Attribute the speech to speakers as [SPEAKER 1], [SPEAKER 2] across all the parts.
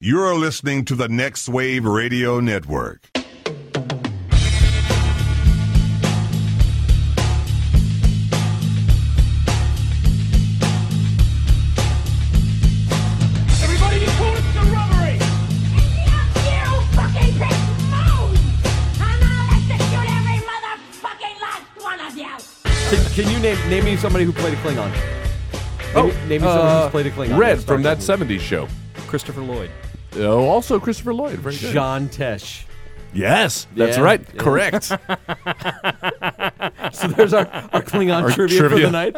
[SPEAKER 1] You're listening to the Next Wave Radio Network.
[SPEAKER 2] Everybody, you call it the robbery!
[SPEAKER 3] Can, can you name name me somebody who played a Klingon? Name, me- name me someone who's played a Klingon. in
[SPEAKER 4] Oh, uh, Red
[SPEAKER 3] Star
[SPEAKER 4] from
[SPEAKER 3] Trek
[SPEAKER 4] that '70s show.
[SPEAKER 3] Christopher Lloyd.
[SPEAKER 4] Oh, also Christopher Lloyd. Very good.
[SPEAKER 3] John Tesh.
[SPEAKER 4] Yes, that's
[SPEAKER 3] Yeah.
[SPEAKER 4] right.
[SPEAKER 3] Yeah.
[SPEAKER 4] Correct.
[SPEAKER 3] So there's our, our Klingon trivia, for
[SPEAKER 4] trivia.
[SPEAKER 3] the night.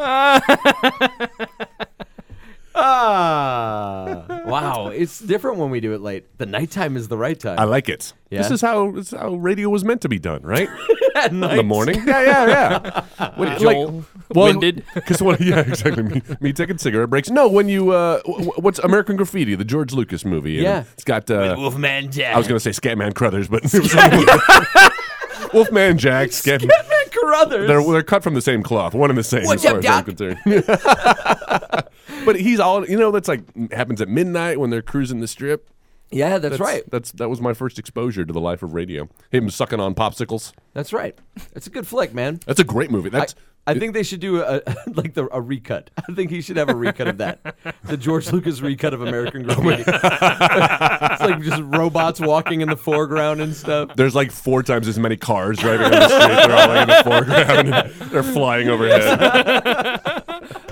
[SPEAKER 3] ah, wow. It's different when we do it late. The nighttime is the right time.
[SPEAKER 4] I like it. This
[SPEAKER 3] Yeah?
[SPEAKER 4] is how this is how radio was meant to be done, right?
[SPEAKER 3] At night.
[SPEAKER 4] In the morning. Yeah, yeah, yeah. What,
[SPEAKER 5] Joel, winded.
[SPEAKER 4] Because what? Yeah, exactly. Me, me taking cigarette breaks. No, when you uh, w- w- what's American Graffiti, the George Lucas movie? and
[SPEAKER 3] Yeah.
[SPEAKER 4] it's got. Uh,
[SPEAKER 5] Wolfman Jack.
[SPEAKER 4] I was gonna say Scatman Crothers, but it was Wolfman Jack. Scatman.
[SPEAKER 3] Batman Carruthers.
[SPEAKER 4] They're, they're cut from the same cloth, one and the same.
[SPEAKER 5] What's
[SPEAKER 4] as far
[SPEAKER 5] up,
[SPEAKER 4] as I'm
[SPEAKER 5] Doc?
[SPEAKER 4] concerned. but he's all you know. That's like happens at midnight when they're cruising the strip.
[SPEAKER 3] yeah, that's,
[SPEAKER 4] That's
[SPEAKER 3] right.
[SPEAKER 4] That's that was my first exposure to the life of radio. Him sucking on popsicles.
[SPEAKER 3] That's right. It's a good flick, man.
[SPEAKER 4] That's a great movie.
[SPEAKER 3] I,
[SPEAKER 4] That's
[SPEAKER 3] I think they should do a like the, a recut. I think he should have a recut of that, the George Lucas recut of American
[SPEAKER 4] Oh
[SPEAKER 3] Graffiti. it's like just robots walking in the foreground and stuff.
[SPEAKER 4] there's like four times as many cars driving on the street. They're all like in the foreground. and they're flying overhead.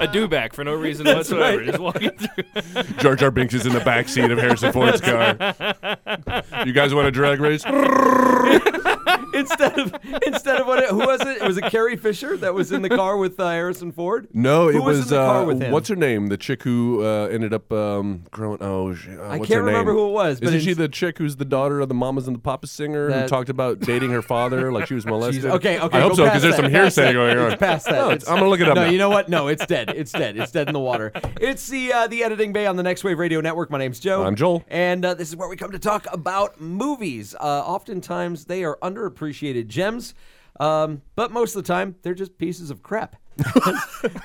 [SPEAKER 5] a do back for no reason whatsoever. Just walking through.
[SPEAKER 4] George R. Binks is in the back seat of Harrison Ford's car. You guys want a drag race?
[SPEAKER 3] Instead of instead of what it, who was it? It was it Carrie Fisher that was in the car with uh, Harrison Ford.
[SPEAKER 4] No,
[SPEAKER 3] Who
[SPEAKER 4] it
[SPEAKER 3] was
[SPEAKER 4] was,
[SPEAKER 3] in the car
[SPEAKER 4] uh,
[SPEAKER 3] with him?
[SPEAKER 4] what's her name? The chick who uh, ended up um, growing. Oh, sh- uh,
[SPEAKER 3] I
[SPEAKER 4] what's
[SPEAKER 3] can't
[SPEAKER 4] her name?
[SPEAKER 3] remember who it was, but
[SPEAKER 4] Isn't
[SPEAKER 3] in-
[SPEAKER 4] she the chick who's the daughter of the mamas and the papas singer who
[SPEAKER 3] That-
[SPEAKER 4] talked about dating her father like she was molested?
[SPEAKER 3] She's- okay, okay.
[SPEAKER 4] I
[SPEAKER 3] go
[SPEAKER 4] hope so
[SPEAKER 3] past
[SPEAKER 4] because there's
[SPEAKER 3] that,
[SPEAKER 4] some
[SPEAKER 3] past
[SPEAKER 4] hearsay
[SPEAKER 3] that.
[SPEAKER 4] going on.
[SPEAKER 3] It's past that.
[SPEAKER 4] No, it's-
[SPEAKER 3] It's-
[SPEAKER 4] I'm gonna look it up.
[SPEAKER 3] No,
[SPEAKER 4] now.
[SPEAKER 3] you know what? No, it's dead. It's dead. It's dead in the water. It's the uh, the editing bay on the Next Wave Radio Network. My name's Joe.
[SPEAKER 4] I'm Joel.
[SPEAKER 3] and uh, this is where we come to talk about movies. Uh, oftentimes, they are underappreciated gems, um, but most of the time, they're just pieces of crap.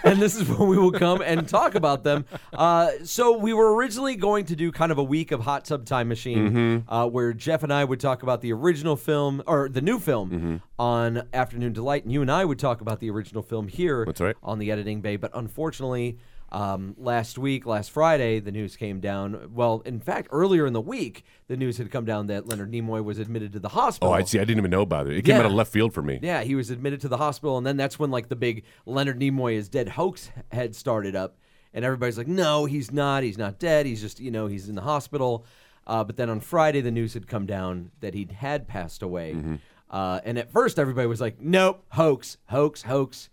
[SPEAKER 3] and this is where we will come and talk about them. Uh, so we were originally going to do kind of a week of Hot Tub Time Machine,
[SPEAKER 4] Mm-hmm.
[SPEAKER 3] uh, where Jeff and I would talk about the original film or the new film
[SPEAKER 4] Mm-hmm.
[SPEAKER 3] on Afternoon Delight, and you and I would talk about the original film here.
[SPEAKER 4] That's right.
[SPEAKER 3] on the editing bay. But unfortunately, um, last week, last Friday, the news came down. Well, in fact, earlier in the week, the news had come down that Leonard Nimoy was admitted to the
[SPEAKER 4] Oh,
[SPEAKER 3] hospital.
[SPEAKER 4] I see. I didn't even know about it. It came
[SPEAKER 3] Yeah.
[SPEAKER 4] out of left field for me.
[SPEAKER 3] Yeah, he was admitted to the hospital, and then that's when like the big Leonard Nimoy is dead hoax had started up, and everybody's like, "No, he's not. He's not dead. He's just you know he's in the hospital." Uh, but then on Friday, the news had come down that he had passed away,
[SPEAKER 4] Mm-hmm.
[SPEAKER 3] uh, and at first everybody was like, "Nope, hoax, hoax, hoax."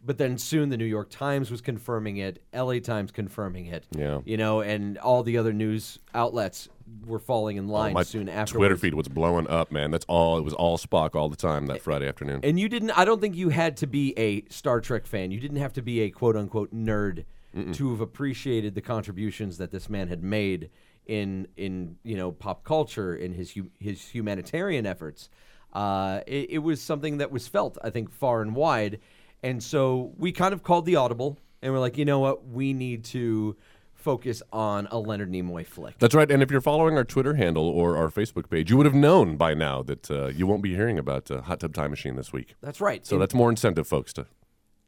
[SPEAKER 3] But then soon the New York Times was confirming it, LA Times confirming it,
[SPEAKER 4] Yeah.
[SPEAKER 3] you know, and all the other news outlets were falling in line
[SPEAKER 4] Oh, My
[SPEAKER 3] soon after.
[SPEAKER 4] Twitter feed was blowing up, man. That's all. It was all Spock all the time that Friday afternoon.
[SPEAKER 3] And you didn't. I don't think you had to be a Star Trek fan. You didn't have to be a quote unquote nerd to have appreciated the contributions that this man had made in in you know pop culture in his hu- his humanitarian efforts. Uh, it, it was something that was felt, I think, far and wide. And so we kind of called the audible, and we're like, you know what, we need to focus on a Leonard Nimoy flick.
[SPEAKER 4] That's right. And if you're following our Twitter handle or our Facebook page, you would have known by now that uh, you won't be hearing about uh, Hot Tub Time Machine this week.
[SPEAKER 3] That's right.
[SPEAKER 4] So that's more incentive, folks, to,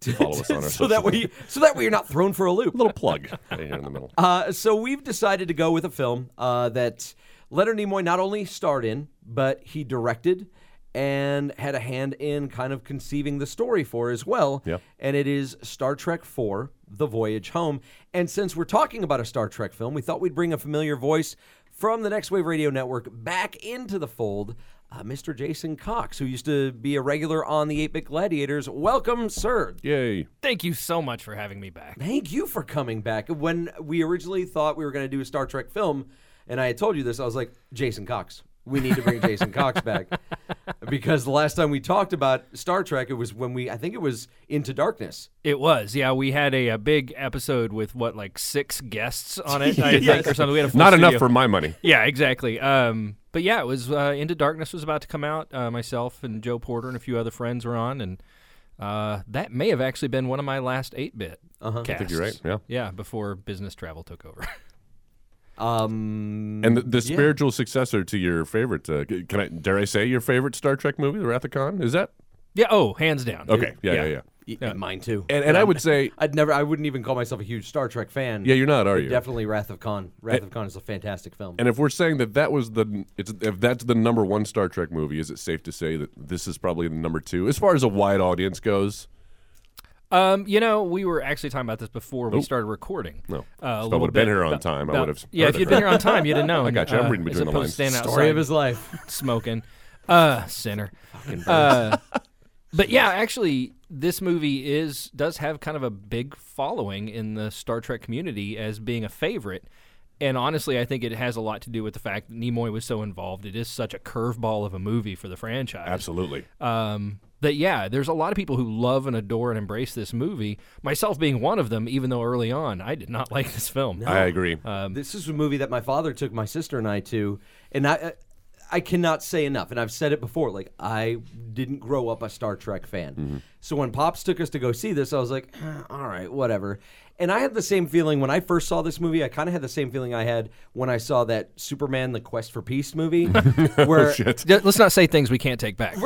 [SPEAKER 4] to follow us on our
[SPEAKER 3] so that
[SPEAKER 4] social-
[SPEAKER 3] way, so that way you're not thrown for a loop.
[SPEAKER 4] little plug right here in the middle.
[SPEAKER 3] Uh, so we've decided to go with a film uh, that Leonard Nimoy not only starred in, but he directed and had a hand in kind of conceiving the story for as well.
[SPEAKER 4] Yeah.
[SPEAKER 3] And it is Star Trek IV, The Voyage Home. And since we're talking about a Star Trek film, we thought we'd bring a familiar voice from the Next Wave Radio Network back into the fold. Uh, Mr. Jason Cox, who used to be a regular on the 8 Bit Gladiators. Welcome, sir.
[SPEAKER 4] Yay.
[SPEAKER 5] Thank you so much for having me back.
[SPEAKER 3] Thank you for coming back. When we originally thought we were going to do a Star Trek film, and I had told you this, I was like, Jason Cox. We need to bring Jason Cox back because the last time we talked about Star Trek, it was when we, I think it was Into Darkness.
[SPEAKER 5] It was, yeah. We had a, a big episode with what, like six guests on it, I
[SPEAKER 3] Yes.
[SPEAKER 5] think, or something. We had a full
[SPEAKER 4] Not enough
[SPEAKER 5] studio.
[SPEAKER 4] for my money.
[SPEAKER 5] Yeah, exactly. Um, but yeah, it was uh, Into Darkness was about to come out. Uh, myself and Joe Porter and a few other friends were on, and uh, that may have actually been one of my last eight bit. Uh-huh.
[SPEAKER 4] I think you're right. Yeah.
[SPEAKER 5] Yeah, before business travel took over.
[SPEAKER 3] Um,
[SPEAKER 4] And the, the spiritual successor to your favorite, uh, c- can I dare I say your favorite Star Trek movie, The Wrath of Khan? Is that
[SPEAKER 5] Yeah. Oh, hands down.
[SPEAKER 4] okay? Yeah, yeah, yeah.
[SPEAKER 3] y- and mine too.
[SPEAKER 4] And and I would say,
[SPEAKER 3] I'd never. I wouldn't even call myself a huge Star Trek fan.
[SPEAKER 4] yeah, you're not, are
[SPEAKER 3] but
[SPEAKER 4] you?
[SPEAKER 3] Definitely Wrath of Khan. Wrath of Khan is a fantastic film.
[SPEAKER 4] And if we're saying that that was the it's, if that's the number one Star Trek movie, is it safe to say that this is probably the number two as far as a wide audience goes?
[SPEAKER 5] Um, you know, we were actually talking about this before we
[SPEAKER 4] Oh.
[SPEAKER 5] started recording.
[SPEAKER 4] No.
[SPEAKER 5] Uh,
[SPEAKER 4] So I
[SPEAKER 5] a
[SPEAKER 4] would've
[SPEAKER 5] little
[SPEAKER 4] been
[SPEAKER 5] bit
[SPEAKER 4] here on
[SPEAKER 5] about-
[SPEAKER 4] time. I
[SPEAKER 5] about-
[SPEAKER 4] would've
[SPEAKER 5] Yeah,
[SPEAKER 4] heard
[SPEAKER 5] if
[SPEAKER 4] it,
[SPEAKER 5] you'd been
[SPEAKER 4] right?
[SPEAKER 5] here on time, you'd have known. Uh, I
[SPEAKER 4] gotcha. I'm reading between the lines.
[SPEAKER 5] Stand
[SPEAKER 3] Story
[SPEAKER 5] outside
[SPEAKER 3] of his life.
[SPEAKER 5] smoking. Uh, sinner. Uh, but yeah, actually, this movie is does have kind of a big following in the Star Trek community as being a favorite. And honestly, I think it has a lot to do with the fact that Nimoy was so involved. It is such a curveball of a movie for the franchise.
[SPEAKER 4] Absolutely.
[SPEAKER 5] Um, that yeah, there's a lot of people who love and adore and embrace this movie. Myself being one of them, even though early on I did not like this film.
[SPEAKER 4] I agree.
[SPEAKER 3] this is a movie that my father took my sister and I to, and I. I cannot say enough, and I've said it before. Like I didn't grow up a Star Trek fan, so when Pops took us to go see this, I was like, "Eh, "All right, whatever." And I had the same feeling when I first saw this movie. I kind of had the same feeling I had when I saw that Superman: The Quest for Peace movie, where
[SPEAKER 5] Yeah, Let's not say things we can't take back.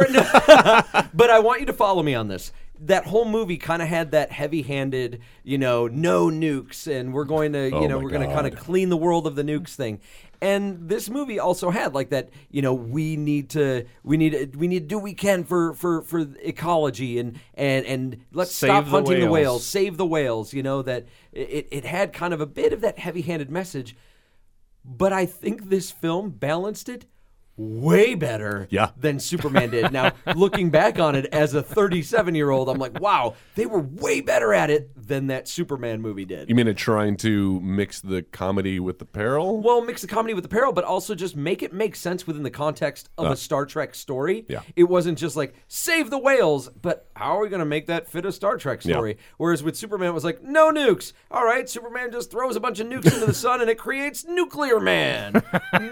[SPEAKER 3] but I want you to follow me on this. That whole movie kind of had that heavy-handed, you know, no nukes, and we're going to, you
[SPEAKER 4] Oh
[SPEAKER 3] know,
[SPEAKER 4] my
[SPEAKER 3] we're going to kind of
[SPEAKER 4] God.
[SPEAKER 3] clean the world of the nukes thing. And this movie also had like that, you know, we need to, we need, we need to do what we can for for for ecology and and and let's
[SPEAKER 5] Save
[SPEAKER 3] stop
[SPEAKER 5] the
[SPEAKER 3] hunting the
[SPEAKER 5] whales.
[SPEAKER 3] whales, save the whales. You know that it it had kind of a bit of that heavy-handed message, but I think this film balanced it way better
[SPEAKER 4] Yeah.
[SPEAKER 3] than Superman did. Now, looking back on it as a 37 year old, I'm like, wow, they were way better at it than that Superman movie did.
[SPEAKER 4] you mean it trying to mix the comedy with the peril?
[SPEAKER 3] well, mix the comedy with the peril, but also just make it make sense within the context of a Star Trek story.
[SPEAKER 4] Uh. yeah.
[SPEAKER 3] It wasn't just like, save the whales, but how are we going to make that fit a Star Trek
[SPEAKER 4] Yeah.
[SPEAKER 3] story? Whereas with Superman, it was like, no nukes. All right, Superman just throws a bunch of nukes into the sun and it creates Nuclear Man.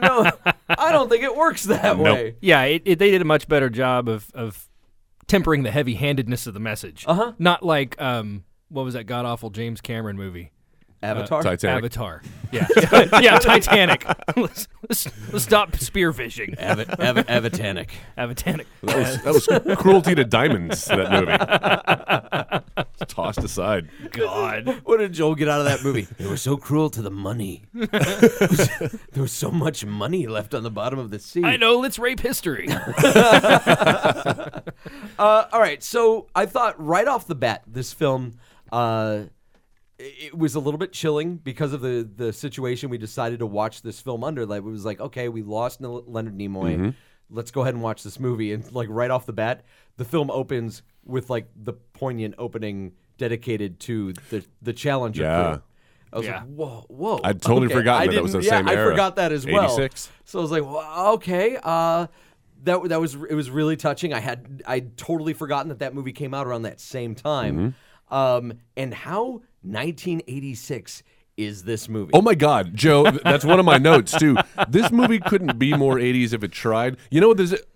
[SPEAKER 3] no, I don't think it works that way.
[SPEAKER 5] Yeah, it, it, they did a much better job of, of tempering the heavy handedness of the message. Uh huh. Not like um, what was that god awful James Cameron movie?
[SPEAKER 3] Avatar?
[SPEAKER 4] Titanic.
[SPEAKER 5] Avatar. Yeah, yeah, Titanic. let's, let's let's stop spearfishing.
[SPEAKER 3] Av- Av- Avatanic.
[SPEAKER 5] Avatanic.
[SPEAKER 4] That was, that was cruelty to diamonds. That movie tossed aside.
[SPEAKER 5] God.
[SPEAKER 3] What did Joel get out of that movie? They were so cruel to the money. there was so much money left on the bottom of the sea.
[SPEAKER 5] I know. Let's rape history.
[SPEAKER 3] Uh, all right, so I thought right off the bat, this film. Uh, it was a little bit chilling because of the the situation we decided to watch this film under. Like it was like, okay, we lost N- Leonard Nimoy.
[SPEAKER 4] Mm-hmm.
[SPEAKER 3] Let's go ahead and watch this movie. And like right off the bat, the film opens with like the poignant opening dedicated to the the Challenger
[SPEAKER 4] Yeah.
[SPEAKER 3] crew. I was
[SPEAKER 5] Yeah.
[SPEAKER 3] like, whoa, whoa!
[SPEAKER 4] I'd totally
[SPEAKER 3] okay,
[SPEAKER 4] forgotten
[SPEAKER 3] I
[SPEAKER 4] that that was
[SPEAKER 3] didn't-
[SPEAKER 4] the
[SPEAKER 3] yeah,
[SPEAKER 4] same
[SPEAKER 3] I
[SPEAKER 4] era.
[SPEAKER 3] forgot that as well.
[SPEAKER 4] 86.
[SPEAKER 3] So I was like, well, okay, uh, that that was it was really touching. I had I'd totally forgotten that that movie came out around that same time.
[SPEAKER 4] Mm-hmm.
[SPEAKER 3] Um, and how 1986 is this movie?
[SPEAKER 4] Oh my God, Joe, th- that's one of my notes too. This movie couldn't be more 80s if it tried. You know what? There's it,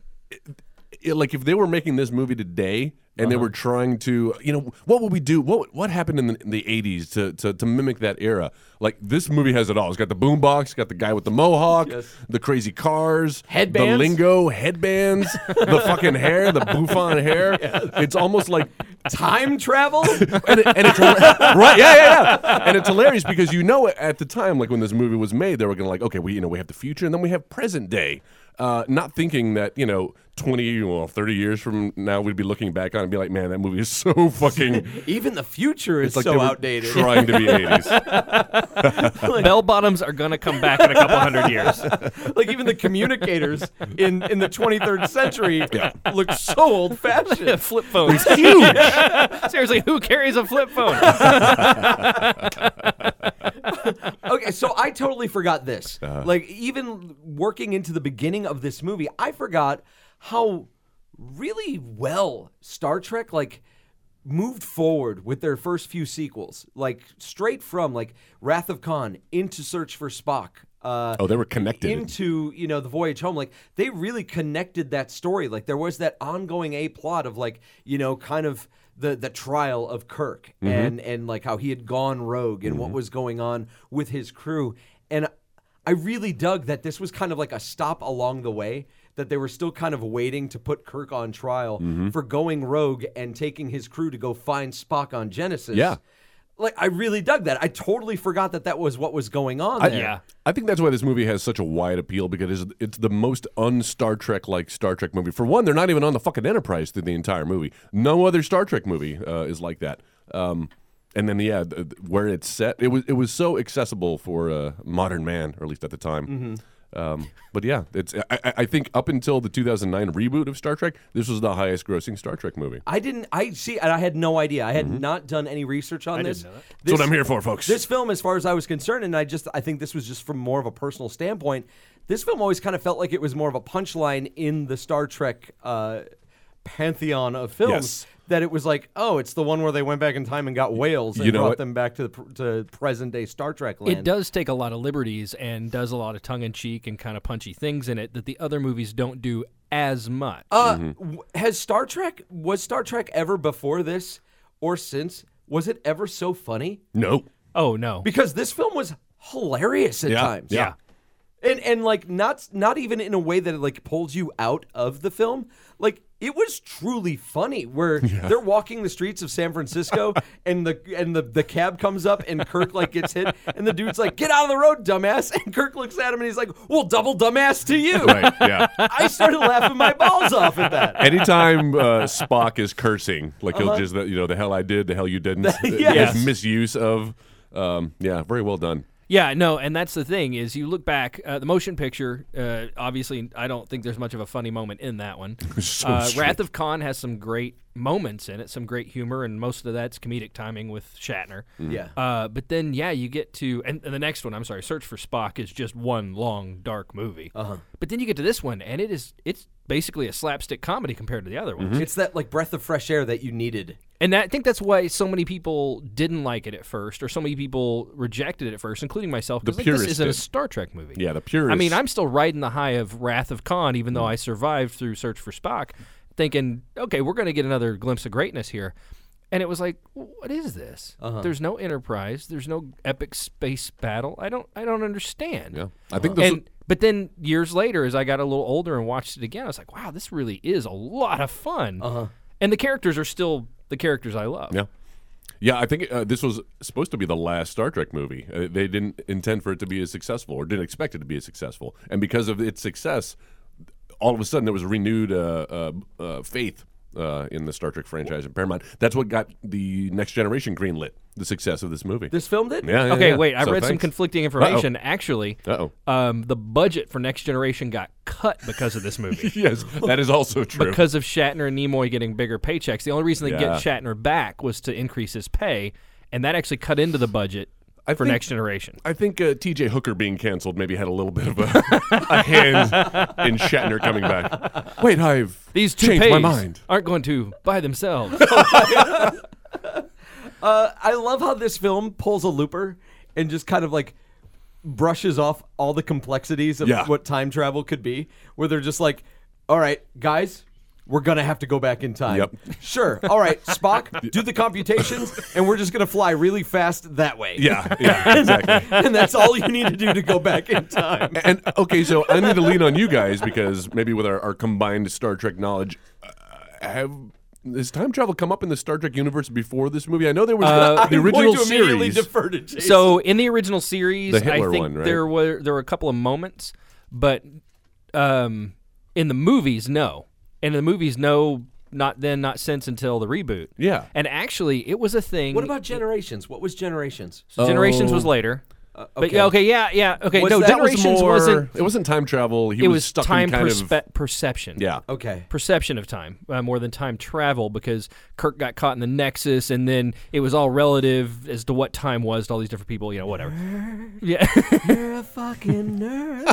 [SPEAKER 4] it- like if they were making this movie today and
[SPEAKER 3] Uh-huh.
[SPEAKER 4] they were trying to, you know, what would we do? What what happened in the, in the 80s to, to to mimic that era? Like this movie has it all. It's got the boombox, it's got the guy with the mohawk,
[SPEAKER 3] Yes.
[SPEAKER 4] the crazy cars, the
[SPEAKER 3] Headbands.
[SPEAKER 4] lingo, headbands, the fucking hair, the bouffant hair. It's almost like
[SPEAKER 3] Time travel?
[SPEAKER 4] and, it, and it's right, yeah, yeah, yeah. And it's hilarious because you know at the time, like when this movie was made, they were gonna like, okay, we you know we have the future and then we have present day. Uh, not thinking that you know twenty or well, thirty years from now we'd be looking back on it and be like, man, that movie is so fucking.
[SPEAKER 3] Even the future is
[SPEAKER 4] It's like they
[SPEAKER 3] so
[SPEAKER 4] were
[SPEAKER 3] outdated.
[SPEAKER 4] Trying to be eighties.
[SPEAKER 5] Bell bottoms are gonna come back in a couple hundred years.
[SPEAKER 3] like even the communicators in, in the 23rd century look so old fashioned.
[SPEAKER 5] flip phones. Seriously, who carries a flip phone?
[SPEAKER 3] Okay, so I totally forgot this. Like even working into the beginning of this movie, I forgot how really well Star Trek like moved forward with their first few sequels. Like straight from like Wrath of Khan into Search for Spock. Uh,
[SPEAKER 4] Oh, they were connected.
[SPEAKER 3] into you know the voyage home like they really connected that story like there was that ongoing a plot of like you know kind of the the trial of kirk
[SPEAKER 4] Mm-hmm.
[SPEAKER 3] and and like how he had gone rogue and what was going on with his crew and I really dug that this was kind of like a stop along the way. That they were still kind of waiting to put Kirk on trial
[SPEAKER 4] Mm-hmm.
[SPEAKER 3] for going rogue and taking his crew to go find Spock on Genesis.
[SPEAKER 4] Yeah.
[SPEAKER 3] like I really dug that. I totally forgot that that was what was going on.
[SPEAKER 4] I,
[SPEAKER 3] there.
[SPEAKER 5] Yeah.
[SPEAKER 4] I think that's why this movie has such a wide appeal because it's, it's the most un Star Trek like Star Trek movie. For one, they're not even on the fucking Enterprise through the entire movie. No other Star Trek movie uh, is like that. Um, and then yeah, th- th- where it's set, it was it was so accessible for uh, modern man, or at least at the time. Um, but yeah, it's I- I, I think up until the 2009 reboot of Star Trek, this was the highest grossing Star Trek movie.
[SPEAKER 3] I didn't. I see. And I had no idea. I
[SPEAKER 4] Mm-hmm.
[SPEAKER 3] had not done any research on this.
[SPEAKER 4] That's
[SPEAKER 3] This-
[SPEAKER 4] what I'm here for, folks.
[SPEAKER 3] This film, as far as I was concerned, and I just I think this was just from more of a personal standpoint. This film always kind of felt like it was more of a punchline in the Star Trek uh, pantheon of films.
[SPEAKER 4] Yes.
[SPEAKER 3] That it was like, oh, it's the one where they went back in time and got whales and
[SPEAKER 4] You know
[SPEAKER 3] brought
[SPEAKER 4] what?
[SPEAKER 3] them back to the pr- to present day Star Trek land.
[SPEAKER 5] It does take a lot of liberties and does a lot of tongue in cheek and kind of punchy things in it that the other movies don't do as much.
[SPEAKER 3] Uh,
[SPEAKER 4] Mm-hmm.
[SPEAKER 3] w- Has Star Trek was Star Trek ever before this or since? Was it ever so funny?
[SPEAKER 4] no.
[SPEAKER 5] oh no.
[SPEAKER 3] Because this film was hilarious at
[SPEAKER 4] Yeah,
[SPEAKER 3] times.
[SPEAKER 4] yeah.
[SPEAKER 3] and and like not not even in a way that it like pulls you out of the film like it was truly funny where they're walking the streets of San Francisco and the and the, the cab comes up and Kirk like gets hit and the dude's like get out of the road dumbass and Kirk looks at him and he's like well double dumbass to you
[SPEAKER 4] Right. Yeah.
[SPEAKER 3] I started laughing my balls off at that
[SPEAKER 4] Anytime uh, Spock is cursing, like
[SPEAKER 5] Uh-huh.
[SPEAKER 4] he'll just you know the hell I did, the hell you didn't,
[SPEAKER 3] Yes.
[SPEAKER 4] his misuse of, um, yeah, very well done.
[SPEAKER 5] Yeah, no, and that's the thing is you look back uh, the motion picture. Uh, obviously, I don't think there's much of a funny moment in that one.
[SPEAKER 4] So
[SPEAKER 5] uh,
[SPEAKER 4] true.
[SPEAKER 5] Wrath of Khan has some great moments in it, some great humor, and most of that's comedic timing with Shatner.
[SPEAKER 3] Yeah.
[SPEAKER 5] Uh, but then, yeah, you get to and, and the next one. I'm sorry, Search for Spock is just one long dark movie. Uh-huh. But then you get to this one, and it is it's basically a slapstick comedy compared to the other
[SPEAKER 4] Mm-hmm.
[SPEAKER 5] ones.
[SPEAKER 3] it's that like breath of fresh air that you needed
[SPEAKER 5] And I think that's why so many people didn't like it at first, or so many people rejected it at first, including myself. 'cause,
[SPEAKER 4] The
[SPEAKER 5] like, this
[SPEAKER 4] purists
[SPEAKER 5] isn't a
[SPEAKER 4] did.
[SPEAKER 5] Star Trek movie.
[SPEAKER 4] Yeah, the purists.
[SPEAKER 5] I mean, I'm still riding the high of Wrath of Khan, even
[SPEAKER 4] Mm-hmm.
[SPEAKER 5] though I survived through Search for Spock, thinking, okay, we're going to get another glimpse of greatness here. And it was like, what is this?
[SPEAKER 4] Uh-huh.
[SPEAKER 5] There's no Enterprise. There's no epic space battle. I don't. I don't understand.
[SPEAKER 4] Yeah. I think those-
[SPEAKER 5] And, but then years later, as I got a little older and watched it again, I was like, wow, this really is a lot of fun. Uh-huh. And the characters are still the characters I love.
[SPEAKER 4] Yeah. Yeah, I think uh, this was supposed to be the last Star Trek movie. Uh, they didn't intend for it to be as successful, or didn't expect it to be as successful. And because of its success, all of a sudden there was renewed uh, uh, uh, faith uh, in the Star Trek franchise and Paramount. That's what got the Next Generation greenlit. The success of this movie.
[SPEAKER 3] this film did
[SPEAKER 4] yeah, yeah,
[SPEAKER 5] Okay,
[SPEAKER 4] yeah.
[SPEAKER 5] wait. I
[SPEAKER 4] So
[SPEAKER 5] read some
[SPEAKER 4] thanks.
[SPEAKER 5] conflicting information. Actually,
[SPEAKER 4] Uh-oh.
[SPEAKER 5] Um, the budget for Next Generation got cut because of this movie.
[SPEAKER 4] yes, that is also true.
[SPEAKER 5] Because of Shatner and Nimoy getting bigger paychecks. The only reason they
[SPEAKER 4] Yeah.
[SPEAKER 5] get Shatner back was to increase his pay, and that actually cut into the budget
[SPEAKER 4] I
[SPEAKER 5] for
[SPEAKER 4] think-
[SPEAKER 5] Next Generation.
[SPEAKER 4] I think uh, T.J. Hooker being canceled maybe had a little bit of a, a hand in Shatner coming back. Wait, I've
[SPEAKER 5] These two
[SPEAKER 4] changed
[SPEAKER 5] pays
[SPEAKER 4] my mind.
[SPEAKER 5] aren't going to by themselves.
[SPEAKER 3] I love how this film pulls a looper and just kind of like brushes off all the complexities of
[SPEAKER 4] Yeah.
[SPEAKER 3] what time travel could be, where they're just like, all right, guys. We're gonna have to go back in time.
[SPEAKER 4] Yep.
[SPEAKER 3] Sure. All right, Spock, do the computations, and we're just gonna fly really fast that way.
[SPEAKER 4] Yeah, yeah, exactly.
[SPEAKER 3] and that's all you need to do to go back in time.
[SPEAKER 4] And okay, so I need to lean on you guys because maybe with our, our combined Star Trek knowledge, uh, have has time travel come up in the Star Trek universe before this movie? I know there was the, the
[SPEAKER 3] I'm
[SPEAKER 4] original
[SPEAKER 3] going to immediately
[SPEAKER 4] series.
[SPEAKER 3] defer to Jason.
[SPEAKER 5] So in the original series,
[SPEAKER 4] The Hitler
[SPEAKER 5] I think
[SPEAKER 4] one, right?
[SPEAKER 5] there were there were a couple of moments, but um, in the movies, no. And in the movies, no, not then, not since until the reboot.
[SPEAKER 4] Yeah.
[SPEAKER 5] And actually, it was a thing.
[SPEAKER 3] what about generations? What was generations?
[SPEAKER 5] So Generations? Was
[SPEAKER 4] Oh.
[SPEAKER 5] later. But
[SPEAKER 3] Uh, okay.
[SPEAKER 5] yeah, okay, yeah, yeah, okay.
[SPEAKER 3] Was
[SPEAKER 5] no,
[SPEAKER 3] that-
[SPEAKER 4] That was
[SPEAKER 5] Generations
[SPEAKER 4] more-
[SPEAKER 5] not
[SPEAKER 4] It wasn't time travel. He
[SPEAKER 5] It
[SPEAKER 4] was,
[SPEAKER 5] was
[SPEAKER 4] stuck
[SPEAKER 5] time
[SPEAKER 4] in kind of.
[SPEAKER 5] perspe- perception.
[SPEAKER 4] Yeah.
[SPEAKER 3] Okay.
[SPEAKER 5] perception of time uh, more than time travel because Kirk got caught in the Nexus and then it was all relative as to what time was to all these different people, you know, whatever. Yeah.
[SPEAKER 3] You're a fucking nerd.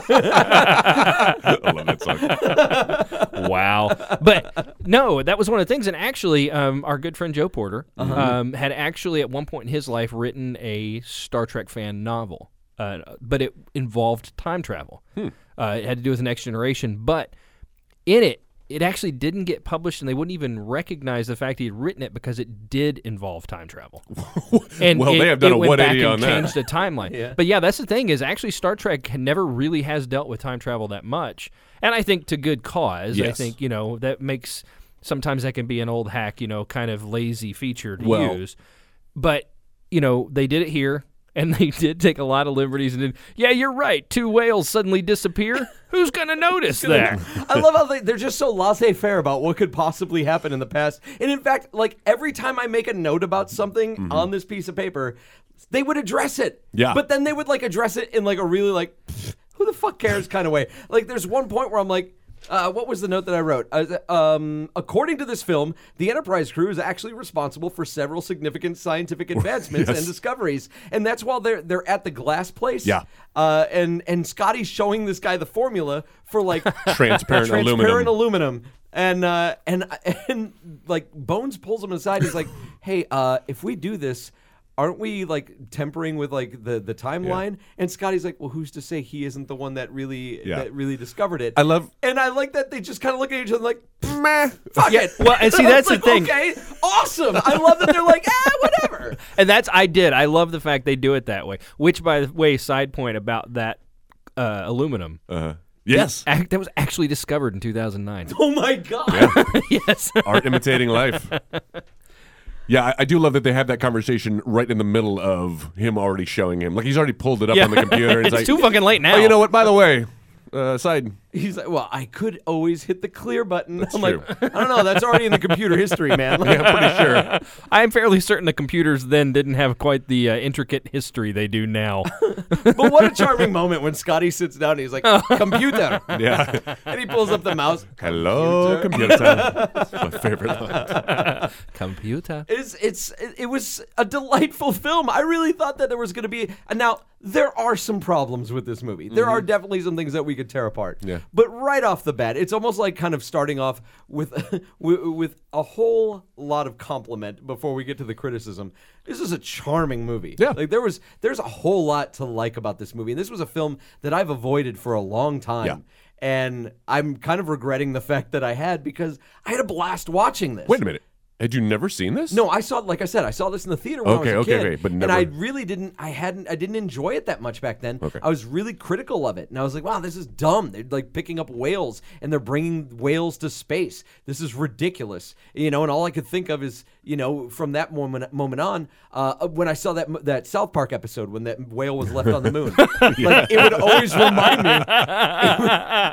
[SPEAKER 4] I love that song.
[SPEAKER 5] wow. But no, that was one of the things. And actually, um, our good friend Joe Porter
[SPEAKER 4] Uh-huh.
[SPEAKER 5] um, had actually at one point in his life written a Star Trek fan novel, uh, but
[SPEAKER 4] Hmm.
[SPEAKER 5] it involved time travel. Uh, it had to do with the next generation, but in it, it actually didn't get published, and they wouldn't even recognize the fact he had written it because it did involve time travel. and
[SPEAKER 4] Well,
[SPEAKER 5] it-
[SPEAKER 4] they have done
[SPEAKER 5] it
[SPEAKER 4] a
[SPEAKER 5] went back
[SPEAKER 4] 180
[SPEAKER 5] and
[SPEAKER 4] on that.
[SPEAKER 5] Changed the timeline. But yeah, that's the thing is actually Star Trek had never really has dealt with time travel that much, and I think to good cause. I
[SPEAKER 4] Yes.
[SPEAKER 5] think you know that makes sometimes that can be an old hack, you know, kind of lazy feature to
[SPEAKER 4] Well-
[SPEAKER 5] use. But you know they did it here. And they did take a lot of liberties, and then, yeah, you're right. Two whales suddenly disappear. Who's gonna notice that?
[SPEAKER 3] I love how they, they're just so laissez faire about what could possibly happen in the past. And in fact, like every time I make a note about something on this piece of paper, they would address it.
[SPEAKER 4] Yeah.
[SPEAKER 3] But then they would like address it in like a really like, who the fuck cares kind of way. Like there's one point where I'm like, uh, what was the note that I wrote? Uh, um, according to this film, the Enterprise crew is actually responsible for several significant scientific advancements and discoveries, and that's while they're they're at the glass place.
[SPEAKER 4] Yeah.
[SPEAKER 3] Uh, and and Scotty's showing this guy the formula for like
[SPEAKER 4] Transparent aluminum.
[SPEAKER 3] transparent aluminum. And uh, and and like Bones pulls him aside. He's like, "Hey, uh, if we do this, aren't we like tempering with like the the timeline?" And Scotty's like, "Well, who's to say he isn't the one that really
[SPEAKER 4] Yeah.
[SPEAKER 3] that really discovered it?"
[SPEAKER 4] I love-
[SPEAKER 3] and I like that they just kind of look at each other like,
[SPEAKER 4] Meh.
[SPEAKER 3] "Fuck it."
[SPEAKER 5] well, and see,
[SPEAKER 3] It's
[SPEAKER 5] that's the
[SPEAKER 3] like,
[SPEAKER 5] thing.
[SPEAKER 3] Okay, awesome. I love that they're like, "Ah, whatever."
[SPEAKER 5] and that's I did. I love the fact they do it that way. Which, by the way, side point about that uh, aluminum
[SPEAKER 4] Uh, yes.
[SPEAKER 5] Ac- that was actually discovered in 2009.
[SPEAKER 3] Oh my god.
[SPEAKER 5] yes,
[SPEAKER 4] Art imitating life. Yeah, I, I do love that they have that conversation right in the middle of him already showing him. Like he's already pulled it up
[SPEAKER 5] Yeah.
[SPEAKER 4] on the computer. And
[SPEAKER 5] it's
[SPEAKER 4] like,
[SPEAKER 5] too fucking late now.
[SPEAKER 4] Oh, you know what? By the way, uh, side.
[SPEAKER 3] He's like, well, I could always hit the clear button. I'm
[SPEAKER 4] true.
[SPEAKER 3] like, I don't know. That's already in the computer history, man. Like,
[SPEAKER 4] I'm pretty sure.
[SPEAKER 5] I am fairly certain the computers then didn't have quite the uh, intricate history they do now.
[SPEAKER 3] But what a charming moment when Scotty sits down and he's like, computer.
[SPEAKER 4] Yeah.
[SPEAKER 3] And he pulls up the mouse.
[SPEAKER 4] Hello, computer. That's my favorite line.
[SPEAKER 5] Computer.
[SPEAKER 3] It's, it's, it was a delightful film. I really thought that there was going to be. And now, there are some problems with this movie. There are definitely some things that we could tear apart.
[SPEAKER 4] Mm-hmm. Yeah.
[SPEAKER 3] But right off the bat, it's almost like kind of starting off with, with, with a whole lot of compliment before we get to the criticism. This is a charming movie.
[SPEAKER 4] Yeah.
[SPEAKER 3] Like, there was, there's a whole lot to like about this movie. And this was a film that I've avoided for a long time.
[SPEAKER 4] Yeah.
[SPEAKER 3] and I'm kind of regretting the fact that I had because I had a blast watching this.
[SPEAKER 4] Wait a minute. Had you never seen this?
[SPEAKER 3] No, I saw like I said, I saw this in the theater when
[SPEAKER 4] Okay,
[SPEAKER 3] I was a
[SPEAKER 4] okay,
[SPEAKER 3] kid,
[SPEAKER 4] okay, but
[SPEAKER 3] and I
[SPEAKER 4] never-
[SPEAKER 3] really didn't. I hadn't. I didn't enjoy it that much back then. I was really critical of it, and I was like, "Wow, this is dumb. They're like picking up whales and they're bringing whales to space. This is ridiculous." You know, and all I could think of is, you know, from that moment moment on, uh, when I saw that mo- that South Park episode when that whale was left on the moon, like it would always remind me